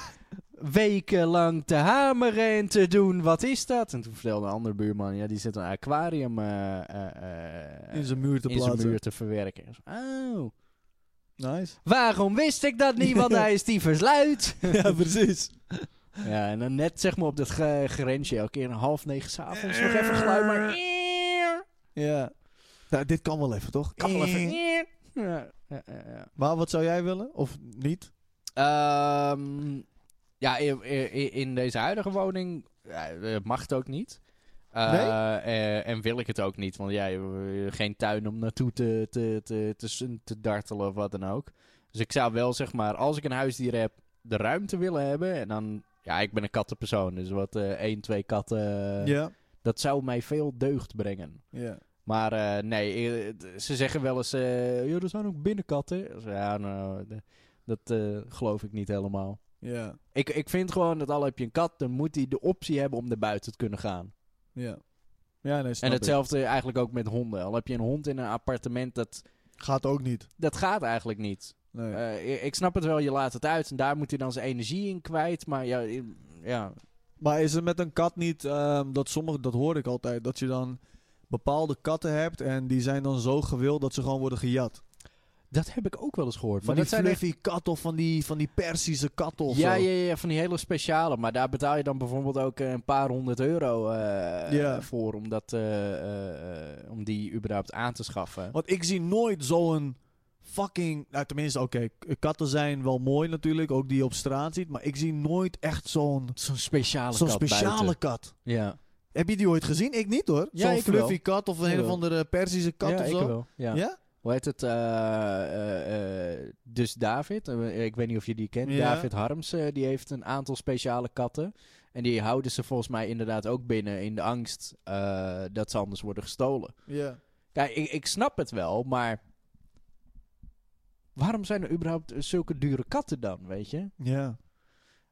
wekenlang te hameren en te doen. Wat is dat? En toen vertelde een andere buurman... Ja, die zit een aquarium... eh, eh, eh,
in zijn muur te
in zijn
plaatsen.
muur te verwerken. En zo, Oh.
Nice.
Waarom wist ik dat niet? Want hij is die versluit.
ja, precies.
Ja, en dan net zeg maar op dat ge- grensje. Elke keer een half negen s'avonds nog even geluid. Maar...
Ja. Nou, dit kan wel even, toch?
Kan wel even.
Eh.
Ja, ja, ja, ja.
Maar wat zou jij willen? Of niet?
Ehm, ja, i- i- i- in deze huidige woning ja, eh, mag het ook niet. Eh,
Nee?
eh, en wil ik het ook niet, want jij hebt geen tuin om naartoe te, te, te, te, s- te dartelen of wat dan ook. Dus ik zou wel, zeg maar, als ik een huisdier heb, de ruimte willen hebben. En dan, ja, ik ben een kattenpersoon, dus wat eh één, twee katten,
ja.
dat zou mij veel deugd brengen.
Ja.
Maar eh, nee, eh, d- ze zeggen wel eens, eh "Ja, er zijn ook binnenkatten. Dus Ja, nou, d- dat eh, geloof ik niet helemaal.
Ja.
Ik, ik vind gewoon dat al heb je een kat, dan moet hij de optie hebben om naar buiten te kunnen gaan.
Ja. Ja, nee, snap
en
ik.
hetzelfde eigenlijk ook met honden. Al heb je een hond in een appartement, dat,
Gaat ook niet.
dat gaat eigenlijk niet.
Nee.
Eh, ik- ik snap het wel, je laat het uit en daar moet hij dan zijn energie in kwijt. Maar ja, i- ja.
Maar is het met een kat niet, ehm, dat sommige, dat hoor ik altijd, dat je dan bepaalde katten hebt en die zijn dan zo gewild dat ze gewoon worden gejat.
dat heb ik ook wel eens gehoord.
Van
maar
die
dat zijn echt-
fluffy kat of van die, van die Persische kat of
Ja,
zo.
ja, ja, van die hele speciale. Maar daar betaal je dan bijvoorbeeld ook eh, een paar honderd euro eh,
Ja.
voor om, dat, eh, eh, eh, om die überhaupt aan te schaffen.
Want ik zie nooit zo'n fucking. Nou, tenminste, oké, k- katten zijn wel mooi natuurlijk, ook die je op straat ziet. Maar ik zie nooit echt zo'n
Zo'n speciale
zo'n
kat
speciale
buiten.
kat.
Ja,
Heb je die ooit gezien? Ik niet hoor.
Ja,
zo'n
ik wel.
fluffy kat of een
Ik
een of
wel.
andere Persische kat
ja
of
ik
zo.
wel. Ja.
Ja?
Hoe heet het? eh, eh, eh, dus David, eh, ik weet niet of je die kent,
Ja.
David Harms, eh, die heeft een aantal speciale katten. En die houden ze volgens mij inderdaad ook binnen in de angst eh, dat ze anders worden gestolen.
Ja.
Kijk, ik, ik snap het wel, maar. Waarom zijn er überhaupt eh, zulke dure katten dan, weet je?
Ja.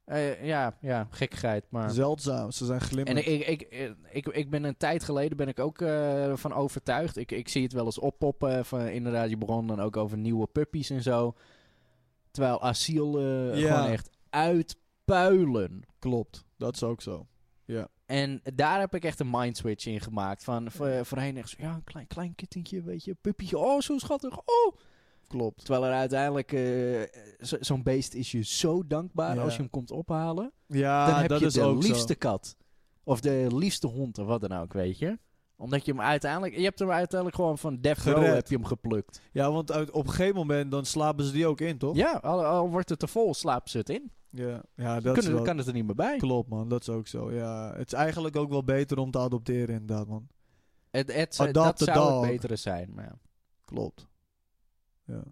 Eh, ja, ja, gekkigheid, maar...
Zeldzaam. Ze zijn
En
glimmend.
ik, ik, ik, ik, ik ben een tijd geleden ben ik ook eh, van overtuigd. Ik, ik zie het wel eens oppoppen. eh, Van, inderdaad, je begon dan ook over nieuwe puppies en zo. Terwijl asiel eh,
Ja.
gewoon echt uitpuilen.
Klopt. Dat is ook zo.
En daar heb ik echt een mindswitch in gemaakt. Van voor, voorheen echt zo, ja, een klein, klein kittentje, weet je, puppytje. Oh, zo schattig, oh.
Klopt.
Terwijl er uiteindelijk, eh, zo- zo'n beest is je zo dankbaar
Ja.
als je hem komt ophalen.
Ja,
dan heb
dat
je
is
de
ook
liefste
zo.
kat. Of de liefste hond, of wat dan ook, weet je. Omdat je hem uiteindelijk... Je hebt hem uiteindelijk gewoon van Death Row
Gered.
heb je hem geplukt.
Ja, want uit, op een gegeven moment dan slapen ze die ook in, toch?
Ja, al, al wordt het te vol, slaap ze het in.
Ja, ja dat is
Kunnen,
wel...
kan het er niet meer bij.
Klopt, man. Dat is ook zo. Ja, het is eigenlijk ook wel beter om te adopteren, inderdaad, man.
Het, het,
Adopt
dat
a
zou
dog.
het betere zijn, maar ja.
Klopt. Ja.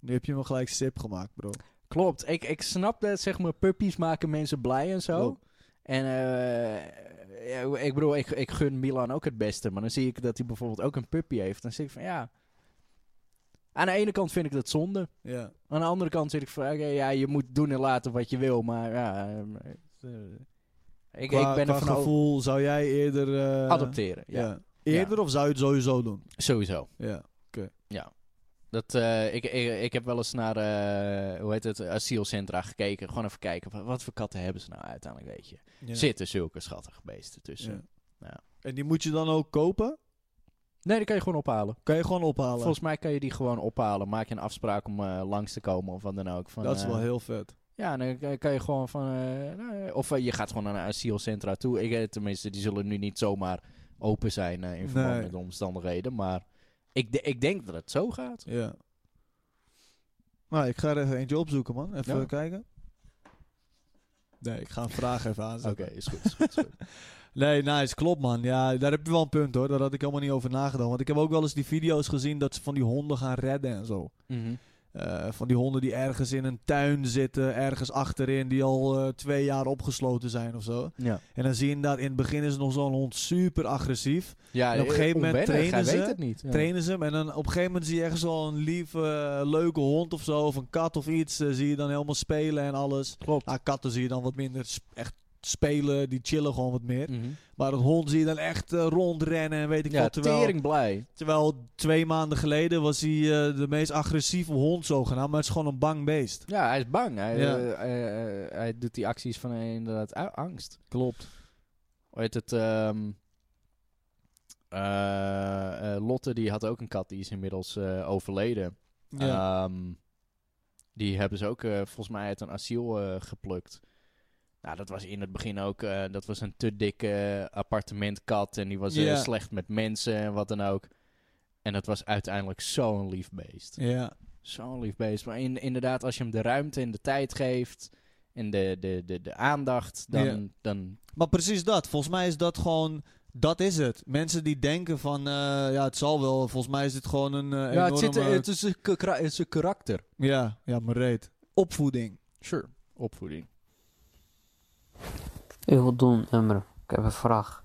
Nu heb je me gelijk sip gemaakt, bro.
Klopt. Ik, ik snap dat, zeg maar, puppies maken mensen blij en zo.
Klopt.
En eh, ja, ik bedoel, ik, ik gun Milan ook het beste. Maar dan zie ik dat hij bijvoorbeeld ook een puppy heeft. Dan zeg ik van, ja... Aan de ene kant vind ik dat zonde.
Ja.
Aan de andere kant zit ik van, oké, ja, je moet doen en laten wat je wil, maar ja... ehm, eh, ik,
qua,
ik ben
qua
ervan over...
gevoel zou jij eerder... eh,
Adopteren, ja.
Ja. Eerder of zou je het sowieso doen?
Sowieso.
Ja.
Dat, eh, ik, ik, ik heb wel eens naar, eh, hoe heet het, asielcentra gekeken. Gewoon even kijken, wa- wat voor katten hebben ze nou uiteindelijk, weet je.
ja.
Zitten zulke schattige beesten tussen.
Ja.
Ja.
En die moet je dan ook kopen?
Nee, die kan je gewoon ophalen.
Kan je gewoon ophalen.
Volgens mij kan je die gewoon ophalen. Maak je een afspraak om eh, langs te komen of wat dan ook. Van,
dat is
eh,
wel heel vet.
Ja, dan kan- kan je gewoon van... eh, nou, eh, of eh, je gaat gewoon naar een asielcentra toe. Ik, eh, tenminste, die zullen nu niet zomaar open zijn eh, in verband
Nee.
met de omstandigheden. Maar ik, de- ik denk dat het zo gaat.
Ja. Nou, ik ga er even eentje opzoeken, man. Even
Ja.
kijken. Nee, ik ga een vraag even
Oké,
aanzetten.
is goed. Is goed, is goed.
Nee, nice, klopt man. Ja, daar heb je wel een punt hoor. Daar had ik helemaal niet over nagedacht. Want ik heb ook wel eens die video's gezien dat ze van die honden gaan redden en zo.
Mhm.
Eh, van die honden die ergens in een tuin zitten, ergens achterin, die al eh, twee jaar opgesloten zijn of zo.
Ja,
En dan zie je dat in het begin is nog zo'n hond super agressief.
ja
En op een
eh,
gegeven moment
onwennig,
trainen
Hij
ze-
weet het niet. Ja.
Trainen ze hem en dan op een gegeven moment zie je ergens al een lieve, eh, leuke hond of zo, of een kat of iets. eh, zie je dan helemaal spelen en alles.
Klopt.
Ah, katten zie je dan wat minder sp- echt spelen, die chillen gewoon wat meer.
Mhm.
Maar een hond zie je dan echt eh, rondrennen en weet ik
Ja,
wat. Terwijl,
tering blij.
terwijl twee maanden geleden was hij eh, de meest agressieve hond zogenaamd, maar het is gewoon een bang beest.
Ja, hij is bang. Hij,
Ja.
eh, eh, eh, hij doet die acties van eh, inderdaad a- angst.
Klopt.
Hoe heet het? ehm, eh, eh, Lotte die had ook een kat, die is inmiddels eh, overleden.
Ja.
Ehm, die hebben ze ook eh, volgens mij uit een asiel eh, geplukt. Nou, dat was in het begin ook. eh, dat was een te dikke appartementkat. En die was eh,
Ja.
slecht met mensen en wat dan ook. En dat was uiteindelijk zo'n lief beest.
ja.
Zo'n lief beest. Maar in, inderdaad, als je hem de ruimte en de tijd geeft. En de, de, de, de aandacht. Dan,
Ja.
dan.
Maar precies dat. Volgens mij is dat gewoon. Dat is het. Mensen die denken van, eh, ja, het zal wel. Volgens mij is het gewoon een eh, enorme...
is een, karakter.
Ja, ja, maar reet. Opvoeding.
Sure. Opvoeding.
Hey, wat doen, Emre? Ik heb een vraag.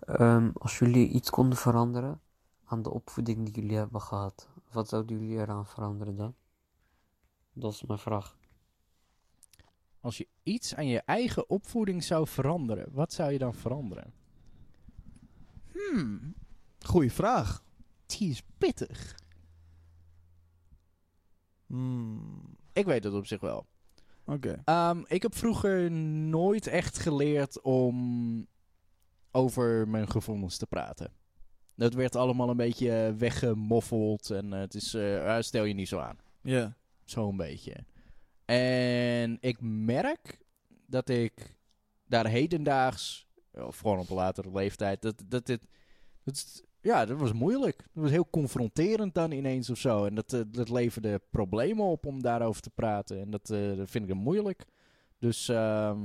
Ehm, als jullie iets konden veranderen aan de opvoeding die jullie hebben gehad, wat zouden jullie eraan veranderen dan? Dat is mijn vraag.
Als je iets aan je eigen opvoeding zou veranderen. Wat zou je dan veranderen? Hmm.
Goeie vraag.
Die is pittig.
Hmm,
Ik weet het op zich wel.
Oké.
Ehm, ik heb vroeger nooit echt geleerd om over mijn gevoelens te praten. Dat werd allemaal een beetje eh, weggemoffeld en eh, het is, eh, ah, stel je niet zo aan.
Ja.
Zo'n beetje. En ik merk dat ik daar hedendaags, of gewoon op een latere leeftijd, dat, dat dit, dat, is- ja, dat was moeilijk. Dat was heel confronterend dan ineens of zo. En dat, eh, dat leverde problemen op om daarover te praten. En dat, eh, dat vind ik dan moeilijk. Dus ehm,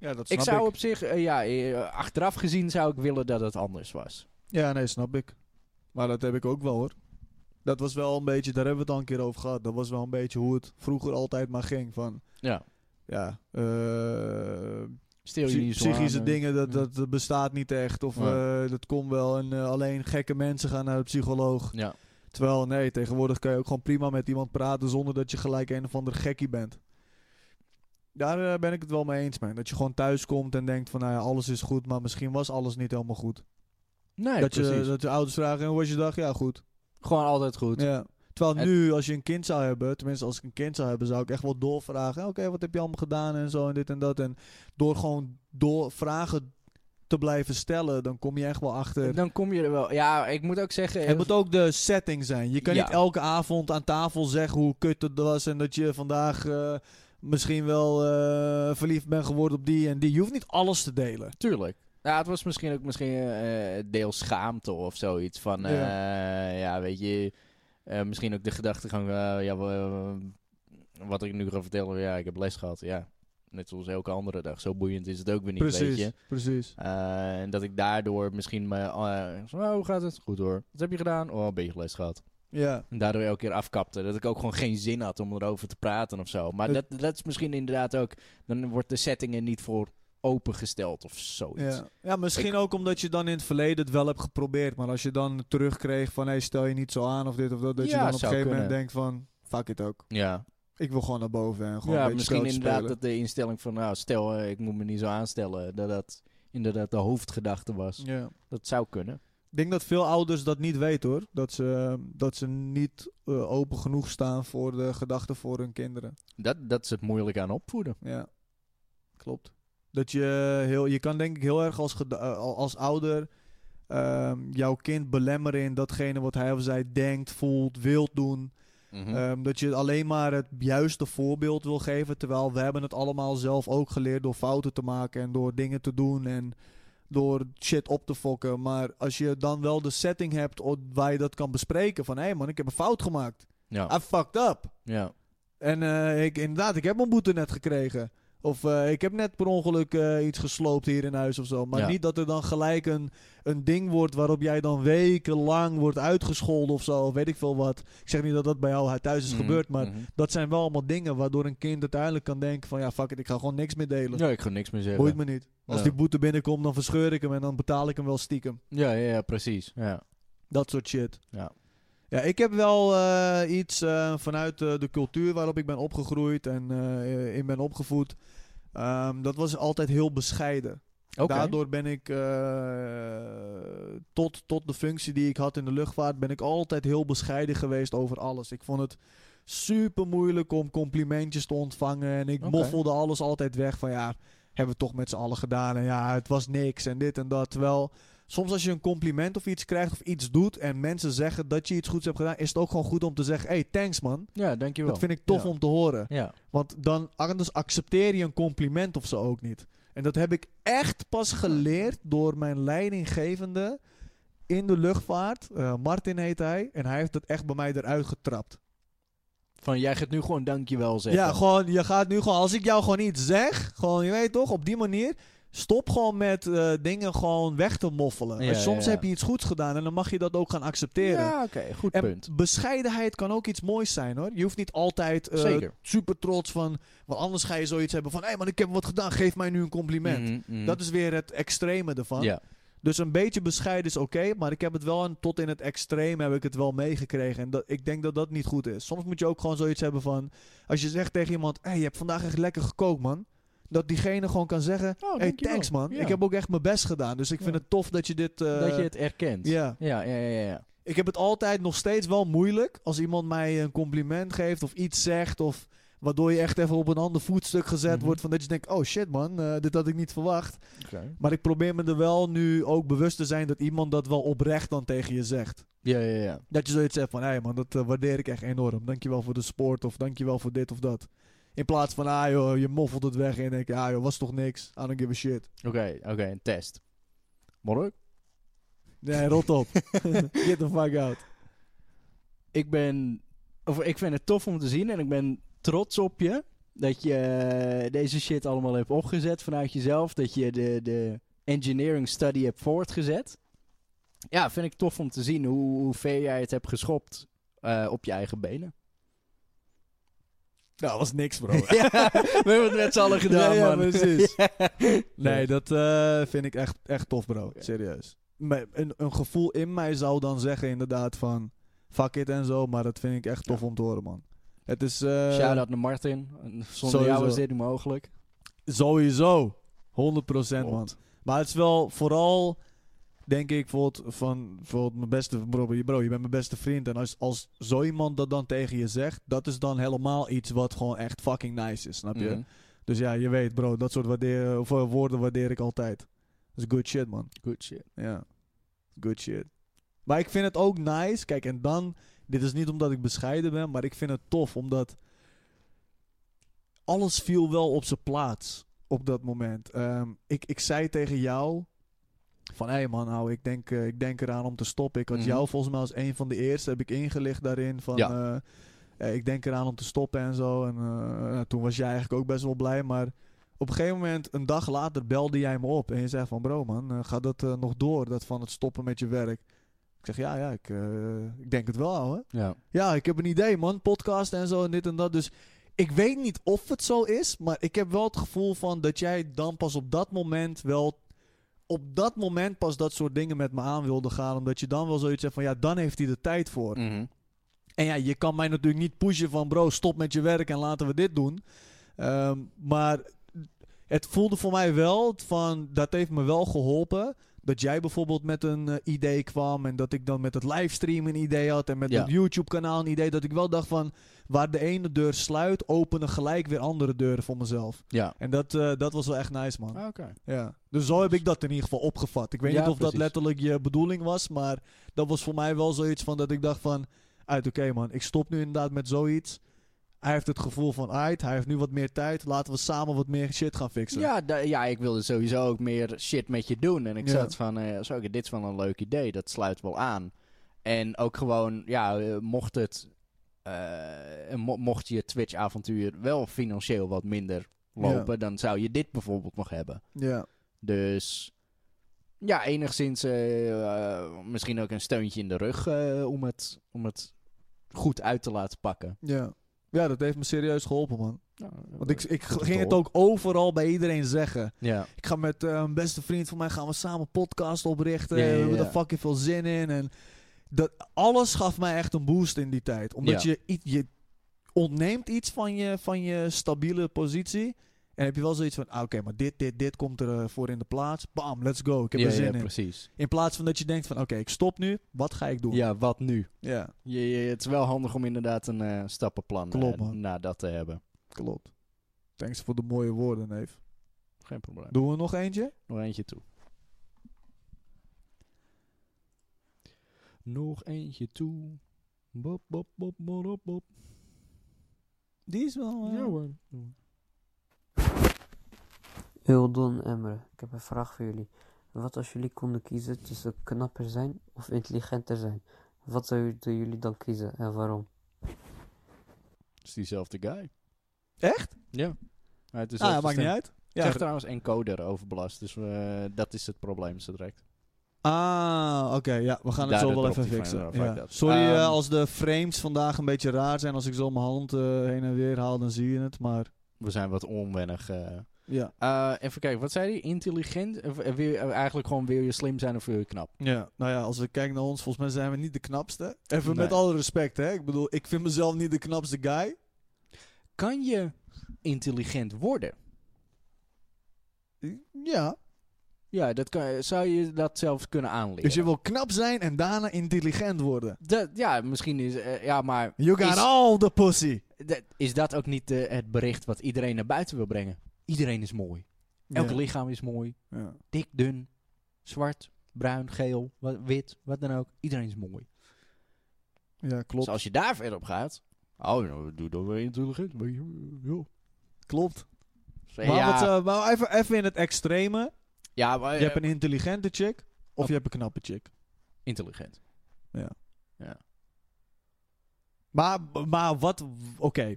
Ja, dat
ik zou op zich, eh, ja, eh, achteraf gezien zou ik willen dat het anders was.
Ja, nee, snap ik. Maar dat heb ik ook wel hoor. Dat was wel een beetje, daar hebben we het al een keer over gehad. Dat was wel een beetje hoe het vroeger altijd maar ging. Van,
Ja.
ja, eh,
Stil je
psy-
niet zo aan,
psychische
eh.
dingen, dat,
ja.
dat, dat bestaat niet echt. Of
Nee.
eh, dat komt wel. En eh, alleen gekke mensen gaan naar de psycholoog.
Ja,
Terwijl, nee, tegenwoordig kan je ook gewoon prima met iemand praten zonder dat je gelijk een of ander gekkie bent. Daar eh, ben ik het wel mee eens, man. Dat je gewoon thuis komt en denkt van, nou ja, alles is goed, maar misschien was alles niet helemaal goed.
nee,
dat,
precies.
je, dat je ouders vragen, en hoe was je dag? Ja, goed.
Gewoon altijd goed.
Ja. Terwijl
En-
nu, als je een kind zou hebben, tenminste als ik een kind zou hebben, zou ik echt wel doorvragen. Oké, wat heb je allemaal gedaan en zo en dit en dat. En door gewoon door vragen te blijven stellen, dan kom je echt wel achter.
Dan kom je er wel. Ja, ik eh, moet ook zeggen.
Het moet ook de setting zijn. Je kan
Ja.
niet elke avond aan tafel zeggen hoe kut het was en dat je vandaag eh, misschien wel eh, verliefd bent geworden op die en die. Je hoeft niet alles te delen.
Tuurlijk. Ja, het was misschien ook misschien eh deels schaamte of zoiets. Van, eh, ja. weet je, eh, misschien ook de gedachtegang, eh, ja, wa- wat ik nu ga vertellen, ja, ik heb les gehad, ja. Net zoals elke andere dag. Zo boeiend is het ook weer niet, weet je.
precies.
Eh, en dat ik daardoor misschien, me, eh, zo, oh, hoe gaat het? Goed hoor. Wat heb je gedaan? Oh, een beetje les gehad.
Ja.
En daardoor elke keer afkapte. Dat ik ook gewoon geen zin had om erover te praten of zo. Maar dat, dat is misschien inderdaad ook, dan wordt de setting er niet voor opengesteld of zoiets.
Ja. ja, misschien ook omdat je dan in het verleden het wel hebt geprobeerd. Maar als je dan terugkreeg van, hey, stel je niet zo aan of dit of dat. Dat
Ja,
je dan op een
zou
gegeven moment
kunnen.
denkt van, fuck it ook.
ja.
Ik wil gewoon naar boven en gewoon
ja,
een beetje
misschien
stoot
inderdaad
spelen.
dat de instelling van, nou, stel eh, ik moet me niet zo aanstellen, eh, dat dat inderdaad de hoofdgedachte was.
Ja.
Dat zou kunnen.
Ik denk dat veel ouders dat niet weten hoor. Dat ze, dat ze niet eh, open genoeg staan voor de gedachten voor hun kinderen.
Dat, dat is het moeilijk aan opvoeden.
Ja, klopt. Dat je heel, je kan denk ik heel erg als, geda- eh, als ouder ehm, jouw kind belemmeren in datgene wat hij of zij denkt, voelt, wil doen.
Mhm.
Ehm, dat je alleen maar het juiste voorbeeld wil geven. Terwijl we hebben het allemaal zelf ook geleerd door fouten te maken en door dingen te doen en door shit op te fokken. Maar als je dan wel de setting hebt o- waar je dat kan bespreken van hé hey man, ik heb een fout gemaakt.
ja.
I fucked up.
ja.
En eh, ik, inderdaad, ik heb mijn boete net gekregen. Of eh, ik heb net per ongeluk eh, iets gesloopt hier in huis of zo. Maar
Ja.
niet dat er dan gelijk een, een ding wordt waarop jij dan wekenlang wordt uitgescholden of zo. Of weet ik veel wat. Ik zeg niet dat dat bij jou thuis is
Mhm,
gebeurd. Maar
mhm.
dat zijn wel allemaal dingen waardoor een kind uiteindelijk kan denken van... Ja, fuck it, ik ga gewoon niks meer delen.
Ja, ik ga niks meer zeggen.
Boeit me niet. Als
Ja.
die boete binnenkomt, dan verscheur ik hem en dan betaal ik hem wel stiekem.
Ja, ja, ja, precies. Ja.
Dat soort shit.
Ja.
Ja, ik heb wel eh, iets eh, vanuit eh, de cultuur waarop ik ben opgegroeid en eh, in ben opgevoed. Ehm, dat was altijd heel bescheiden.
Oké.
Daardoor ben ik eh, tot, tot de functie die ik had in de luchtvaart, ben ik altijd heel bescheiden geweest over alles. Ik vond het super moeilijk om complimentjes te ontvangen. En ik
Oké.
moffelde alles altijd weg van ja, hebben we toch met z'n allen gedaan. En ja, het was niks en dit en dat. Terwijl soms als je een compliment of iets krijgt of iets doet en mensen zeggen dat je iets goeds hebt gedaan, is het ook gewoon goed om te zeggen, hey, thanks man.
Ja, dankjewel.
Dat vind ik tof
Ja.
om te horen.
Ja.
Want dan anders accepteer je een compliment of zo ook niet. En dat heb ik echt pas geleerd door mijn leidinggevende in de luchtvaart. Eh, Martin heet hij. En hij heeft het echt bij mij eruit getrapt.
Van, jij gaat nu gewoon dankjewel zeggen.
Ja, gewoon, je gaat nu gewoon, als ik jou gewoon iets zeg, gewoon, je weet toch, op die manier. Stop gewoon met eh, dingen gewoon weg te moffelen.
Ja,
En soms
ja, ja.
heb je iets goeds gedaan en dan mag je dat ook gaan accepteren.
Ja, oké. Goed
En
punt.
bescheidenheid kan ook iets moois zijn hoor. Je hoeft niet altijd eh,
Zeker.
super trots van. Want anders ga je zoiets hebben van: hé hey man, ik heb wat gedaan, geef mij nu een compliment.
Mhm, mhm.
Dat is weer het extreme ervan.
Ja.
Dus een beetje bescheiden is oké, maar ik heb het wel een, tot in het extreem heb ik het wel meegekregen. En dat, ik denk dat dat niet goed is. Soms moet je ook gewoon zoiets hebben van: als je zegt tegen iemand: hé, hey, je hebt vandaag echt lekker gekookt man. Dat diegene gewoon kan zeggen:
Oh,
hey,
dankjewel.
thanks man.
Ja.
Ik heb ook echt mijn best gedaan. Dus ik vind
Ja.
het tof dat je dit. eh,
dat je het erkent.
ja.
Ja, ja, ja, ja.
Ik heb het altijd nog steeds wel moeilijk als iemand mij een compliment geeft of iets zegt. Of waardoor je echt even op een ander voetstuk gezet
Mhm.
wordt. Van dat je denkt, oh shit man, eh, dit had ik niet verwacht. Maar ik probeer me er wel nu ook bewust te zijn dat iemand dat wel oprecht dan tegen je zegt.
Ja, ja, ja.
Dat je zoiets zegt van, hé hey man, dat eh, waardeer ik echt enorm. Dankjewel voor de sport of dankjewel voor dit of dat. In plaats van, ah joh, je moffelt het weg en je denkt, ah joh, was toch niks. I don't give a shit.
Oké, oké, een test. Morgen?
Nee, rot op. Get the fuck out.
Ik ben... Of, ik vind het tof om te zien en ik ben trots op je. Dat je eh, deze shit allemaal hebt opgezet vanuit jezelf. Dat je de, de engineering study hebt voortgezet. Ja, vind ik tof om te zien hoe, hoe ver jij het hebt geschopt eh, op je eigen benen.
Nou, was niks bro.
ja, we hebben het met z'n allen gedaan,
Ja, ja,
man.
precies.
Ja.
Nee, dat eh, vind ik echt, echt tof, bro.
Oké.
Serieus. Maar een, een gevoel in mij zou dan zeggen inderdaad van... Fuck it en zo, maar dat vind ik echt tof om te horen, man. Het is eh,
Shout-out naar Martin. Zonder jou
sowieso.
was dit niet mogelijk. Oh.
sowieso 100% man.
Klopt.
Maar het is wel vooral, denk ik, bijvoorbeeld van... Bijvoorbeeld mijn beste... Bro, bro, je bent mijn beste vriend. En als, als zo iemand dat dan tegen je zegt... Dat is dan helemaal iets wat gewoon echt fucking nice is, snap je?
Mhm.
Dus ja, je weet, bro. Dat soort waardeer, of, eh, woorden waardeer ik altijd. Dat is good shit, man.
Good shit.
Ja. Good shit. Maar ik vind het ook nice. Kijk, en dan... Dit is niet omdat ik bescheiden ben, maar ik vind het tof. Omdat alles viel wel op zijn plaats op dat moment. Ehm, ik, ik zei tegen jou... Van, hé hey man, nou, ik denk, eh, ik denk eraan om te stoppen. Ik had
Mhm.
jou volgens mij als een van de eerste... heb ik ingelicht daarin van...
Ja.
eh, eh, ik denk eraan om te stoppen en zo. En eh, nou, toen was jij eigenlijk ook best wel blij, maar op een gegeven moment, een dag later, belde jij me op. En je zei van, bro man, eh, gaat dat eh, nog door, dat van het stoppen met je werk? Ik zeg, ja, ja, ik, eh, ik denk het wel, ouwe.
Ja.
Ja, ik heb een idee, man. Podcast en zo en dit en dat. Dus ik weet niet of het zo is, maar ik heb wel het gevoel van dat jij dan pas op dat moment wel... Op dat moment pas dat soort dingen met me aan wilde gaan. Omdat je dan wel zoiets hebt van, ja, dan heeft hij de tijd voor. En ja, je kan mij natuurlijk niet pushen van bro, stop met je werk en laten we dit doen. Ehm, maar het voelde voor mij wel van, dat heeft me wel geholpen. Dat jij bijvoorbeeld met een eh, idee kwam en dat ik dan met het livestream een idee had en met
Ja.
het YouTube-kanaal een idee. Dat ik wel dacht van waar de ene deur sluit, openen gelijk weer andere deuren voor mezelf.
Ja.
En dat, eh, dat was wel echt nice, man.
Ah, Oké.
Ja. Dus zo heb ik dat in ieder geval opgevat. Ik weet
Ja,
niet of
precies.
dat letterlijk je bedoeling was, maar dat was voor mij wel zoiets van dat ik dacht van, uit oké man, ik stop nu inderdaad met zoiets. Hij heeft het gevoel van, uit, hij heeft nu wat meer tijd, laten we samen wat meer shit gaan fixen.
Ja, da- ja, ik wilde sowieso ook meer shit met je doen. En ik
Ja.
zat van, eh, zo, oké, dit is wel een leuk idee. Dat sluit wel aan. En ook gewoon, ja, eh, mocht het... eh, mo- mocht je Twitch-avontuur wel financieel wat minder lopen... dan zou je dit bijvoorbeeld nog hebben.
Ja.
Dus ja, enigszins eh, eh, misschien ook een steuntje in de rug... eh, om, het, om het goed uit te laten pakken.
ja. Ja, dat heeft me serieus geholpen, man. Nou, Want ik, ik
Goed om
ging
te
het ook overal bij iedereen zeggen.
Ja,
Ik ga met eh, een beste vriend van mij gaan we samen een podcast oprichten.
Ja, ja,
We hebben
ja.
er fucking veel zin in. En dat, alles gaf mij echt een boost in die tijd. Omdat
Ja.
je, iets- je ontneemt iets van je, van je stabiele positie. En heb je wel zoiets van, ah, oké, maar dit, dit, dit komt er eh, voor in de plaats. Bam, let's go. Ik heb
ja,
er
ja,
zin in.
precies.
In plaats van dat je denkt van, oké, ik stop nu. Wat ga ik doen?
Ja, wat nu?
Ja,
Je, je- het is wel handig om inderdaad een eh, stappenplan eh,
Klopt, man.
na dat te hebben.
klopt. Thanks voor de mooie woorden, neef.
Geen probleem.
Doen we nog eentje?
Nog eentje toe. Nog eentje toe. Bop, bop, bop, bop, bop, bop.
Die is wel... eh,
Uldon Emre, ik heb een vraag voor jullie. Wat als jullie konden kiezen tussen knapper zijn of intelligenter zijn? Wat zouden jullie dan kiezen en waarom?
is diezelfde guy.
Echt?
Ja. Hij heeft
Ah,
dezelfde
ja, maakt niet
stem.
uit.
Ik
Ja,
zeg trouwens encoder overbelast, dus eh, dat is het probleem zo direct.
Ah, oké. ja, we gaan het
Daar
zo
de
wel even
dropt die van,
fixen.
eh, fuck
Ja.
dat.
Sorry eh,
Ehm,
als de frames vandaag een beetje raar zijn. Als ik zo mijn hand eh, heen en weer haal, dan zie je het. Maar
We zijn wat onwennig. eh.
ja.
Eh, even kijken, wat zei hij? Intelligent? Of, eh, wil je- eh, eigenlijk gewoon wil je slim zijn of wil je knap?
ja. Nou ja, als we kijken naar ons, volgens mij zijn we niet de knapste. Even
Nee.
met alle respect, hè. Ik bedoel, ik vind mezelf niet de knapste guy.
Kan je intelligent worden?
Ja.
Ja, dat kan, zou je dat zelfs kunnen aanleren?
Dus je wil knap zijn en daarna intelligent worden.
Dat- ja, misschien is... eh, ja, maar
You got
Is-
all the pussy.
dat, is dat ook niet eh, het bericht wat iedereen naar buiten wil brengen? Iedereen is mooi. Elk
Ja.
lichaam is mooi.
Ja.
Dik, dun, zwart, bruin, geel, wa- wit, wat dan ook. Iedereen is mooi.
Ja, klopt.
Dus als je daar verder op gaat... Oh, nou, doe dan weer intelligent. weet je, ja.
Klopt.
Dus, eh,
Maar,
ja,
wat, eh, maar even, even in het extreme.
ja, maar,
Je
eh,
hebt een intelligente chick of je hebt een knappe chick.
intelligent.
Maar, maar wat... Oké.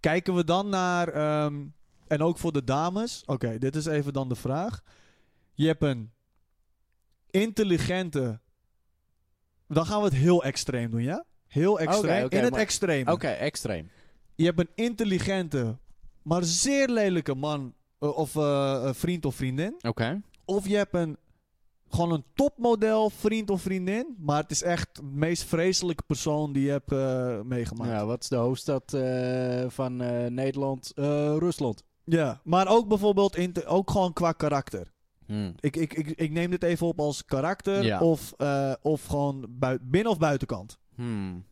Kijken we dan naar... ehm, en ook voor de dames. Oké, dit is even dan de vraag. Je hebt een intelligente... Dan gaan we het heel extreem doen, ja? Heel extreem.
Oké, oké,
In het
maar-
extreem.
Oké, extreem.
Je hebt een intelligente, maar zeer lelijke man... eh, of eh, eh, vriend of vriendin.
Oké.
Of je hebt een... Gewoon een topmodel vriend of vriendin. Maar het is echt de meest vreselijke persoon die je hebt eh, meegemaakt.
Nou, wat is de hoofdstad eh, van eh, Nederland? Eh, Rusland.
Ja, maar ook bijvoorbeeld in te- ook gewoon qua karakter.
Hmm.
Ik, ik, ik, ik neem dit even op als karakter
Ja.
of, eh, of gewoon bui- binnen- of buitenkant.
Hmm.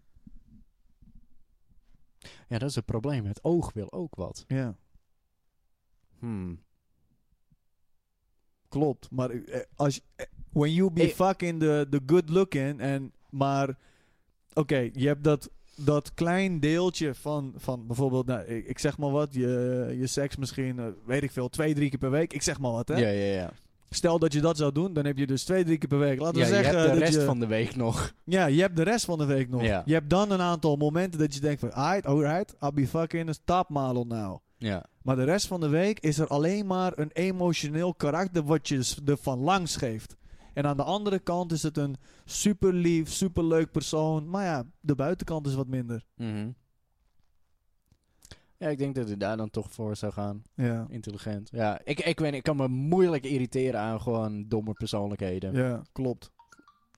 Ja, dat is het probleem. Het oog wil ook wat.
Ja,
Hmm.
klopt. Maar eh, als, je- eh, when you be
Ik-
fucking the, the good looking en maar oké, je hebt dat, dat klein deeltje van, van bijvoorbeeld, nou, ik, ik zeg maar wat, je, je seks misschien, eh, weet ik veel, twee, drie keer per week. Ik zeg maar wat, hè.
Ja, ja, ja.
Stel dat je dat zou doen, dan heb je dus twee, drie keer per week. Laten
ja
we zeggen
je hebt de
dat
rest
je,
van de week nog.
Ja, je hebt de rest van de week nog.
Ja.
Je hebt dan een aantal momenten dat je denkt van... Alright, alright, I'll be fucking a top model now.
Ja.
Maar de rest van de week is er alleen maar een emotioneel karakter wat je s- ervan langs geeft. En aan de andere kant is het een super lief, super leuk persoon. Maar ja, de buitenkant is wat minder.
Ja, ik denk dat hij daar dan toch voor zou gaan.
Ja.
Intelligent. Ja, ik, ik weet niet, ik kan me moeilijk irriteren aan gewoon domme persoonlijkheden.
Ja, klopt.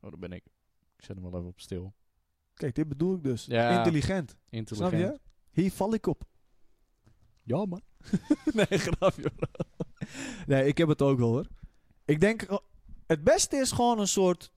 Oh, daar ben ik. Ik zet hem wel even op stil.
Kijk, dit bedoel ik dus.
Ja.
Intelligent. Snap
Intelligent.
je? Hier val ik op.
Ja, man.
nee, grapje. bro. nee, ik heb het ook wel hoor. Ik denk, oh, Het beste is gewoon een soort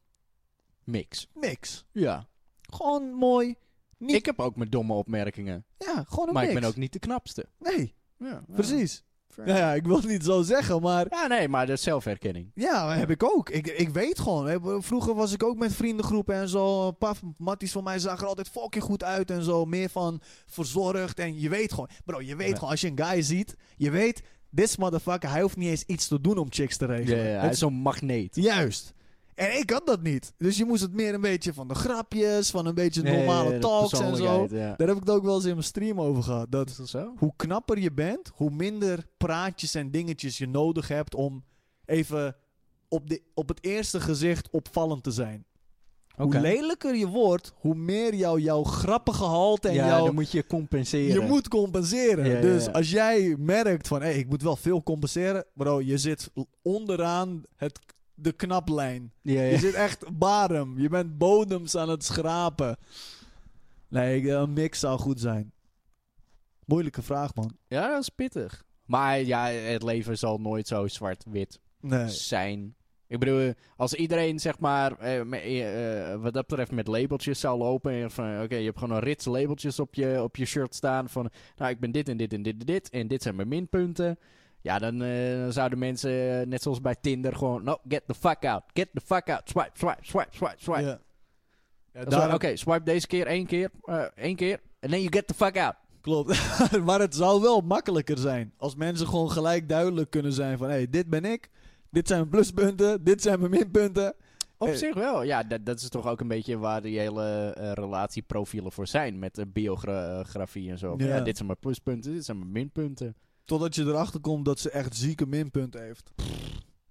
Mix.
mix.
Ja.
Gewoon mooi. Niet-
Ik heb ook mijn domme opmerkingen.
Ja, gewoon een
maar
mix.
ik ben ook niet de knapste.
Nee,
Ja, ja.
precies.
Fair.
Nou ja, ik wil het niet zo zeggen, maar...
Ja, nee, maar dat is zelfherkenning.
Ja, maar heb ik ook. Ik, ik weet gewoon. hè, Vroeger was ik ook met vriendengroepen en zo. Paf, matties van mij zagen er altijd fucking goed uit en zo. Meer van verzorgd. En je weet gewoon, bro, je weet
Ja.
gewoon als je een guy ziet, je weet, this motherfucker, hij hoeft niet eens iets te doen om chicks te
Ja,
regelen.
ja, ja,
Het
hij is zo'n magneet.
Juist. En ik had dat niet. Dus je moest het meer een beetje van de grapjes, van een beetje
Nee,
normale
dat
talks en zo.
persoonlijkheid, Ja.
Daar heb ik het ook wel eens in mijn stream over gehad. Dat
Is dat zo?
hoe knapper je bent, hoe minder praatjes en dingetjes je nodig hebt om even op, de, op het eerste gezicht opvallend te zijn.
Oké.
Hoe lelijker je wordt, hoe meer jou, jouw grappige gehalte en
Ja,
jouw...
dan moet je compenseren.
Je moet compenseren.
Ja, ja,
dus
ja.
als jij merkt van, hé, ik moet wel veel compenseren. Bro, je zit onderaan het, de knaplijn.
Ja,
Je
ja.
zit echt barem. Je bent bodems aan het schrapen. Nee, ik- een mix zou goed zijn. Moeilijke vraag, man.
ja, dat is pittig. Maar ja, het leven zal nooit zo zwart-wit
Nee.
zijn. Ik bedoel, als iedereen zeg maar eh, me- eh, eh, wat dat betreft met labeltjes zou lopen. en van Oké, je hebt gewoon een rits labeltjes op je, op je shirt staan. Van nou, ik ben dit en dit en dit en dit. En dit zijn mijn minpunten. Ja, dan, eh, dan zouden mensen, eh, net zoals bij Tinder, gewoon. No, get the fuck out. Get the fuck out. Swipe, swipe, swipe, swipe, swipe.
Ja. Ja,
Dan zo, Oké,
daarom-
swipe deze keer één keer. eh, één keer. En then you get the fuck out.
Klopt. maar het zou wel makkelijker zijn als mensen gewoon gelijk duidelijk kunnen zijn van... hé, hey, dit ben ik, dit zijn mijn pluspunten, dit zijn mijn minpunten.
Op
Eh.
zich wel. Ja, dat, dat is toch ook een beetje waar die hele eh, relatieprofielen voor zijn. Met eh, biografie en zo.
Ja.
Ja. dit zijn mijn pluspunten, dit zijn mijn minpunten.
Totdat je erachter komt dat ze echt zieke minpunten heeft.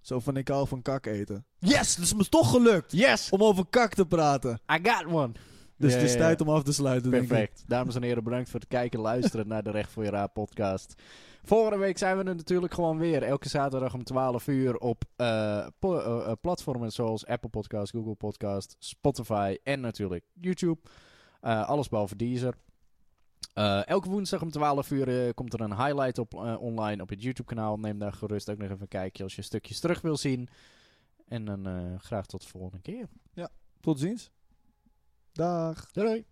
Zo van, ik hou van kak eten. Yes, dus het is me toch gelukt
Yes!
om over kak te praten.
I got one!
Dus
Ja,
het is
ja, ja.
tijd om af te sluiten, denk ik.
Perfect. Dames en heren, bedankt voor het kijken en luisteren naar de Recht voor je Raad podcast. Volgende week zijn we er natuurlijk gewoon weer. Elke zaterdag om 12 uur op eh, po- eh, eh, platformen zoals Apple Podcast, Google Podcast, Spotify en natuurlijk YouTube. Eh, alles behalve Deezer. Eh, elke woensdag om 12 uur eh, komt er een highlight op, eh, online op het YouTube-kanaal. Neem daar gerust ook nog even een kijkje als je stukjes terug wil zien. En dan eh, graag tot de volgende keer.
Tot ziens. Dag.
Doei! doei.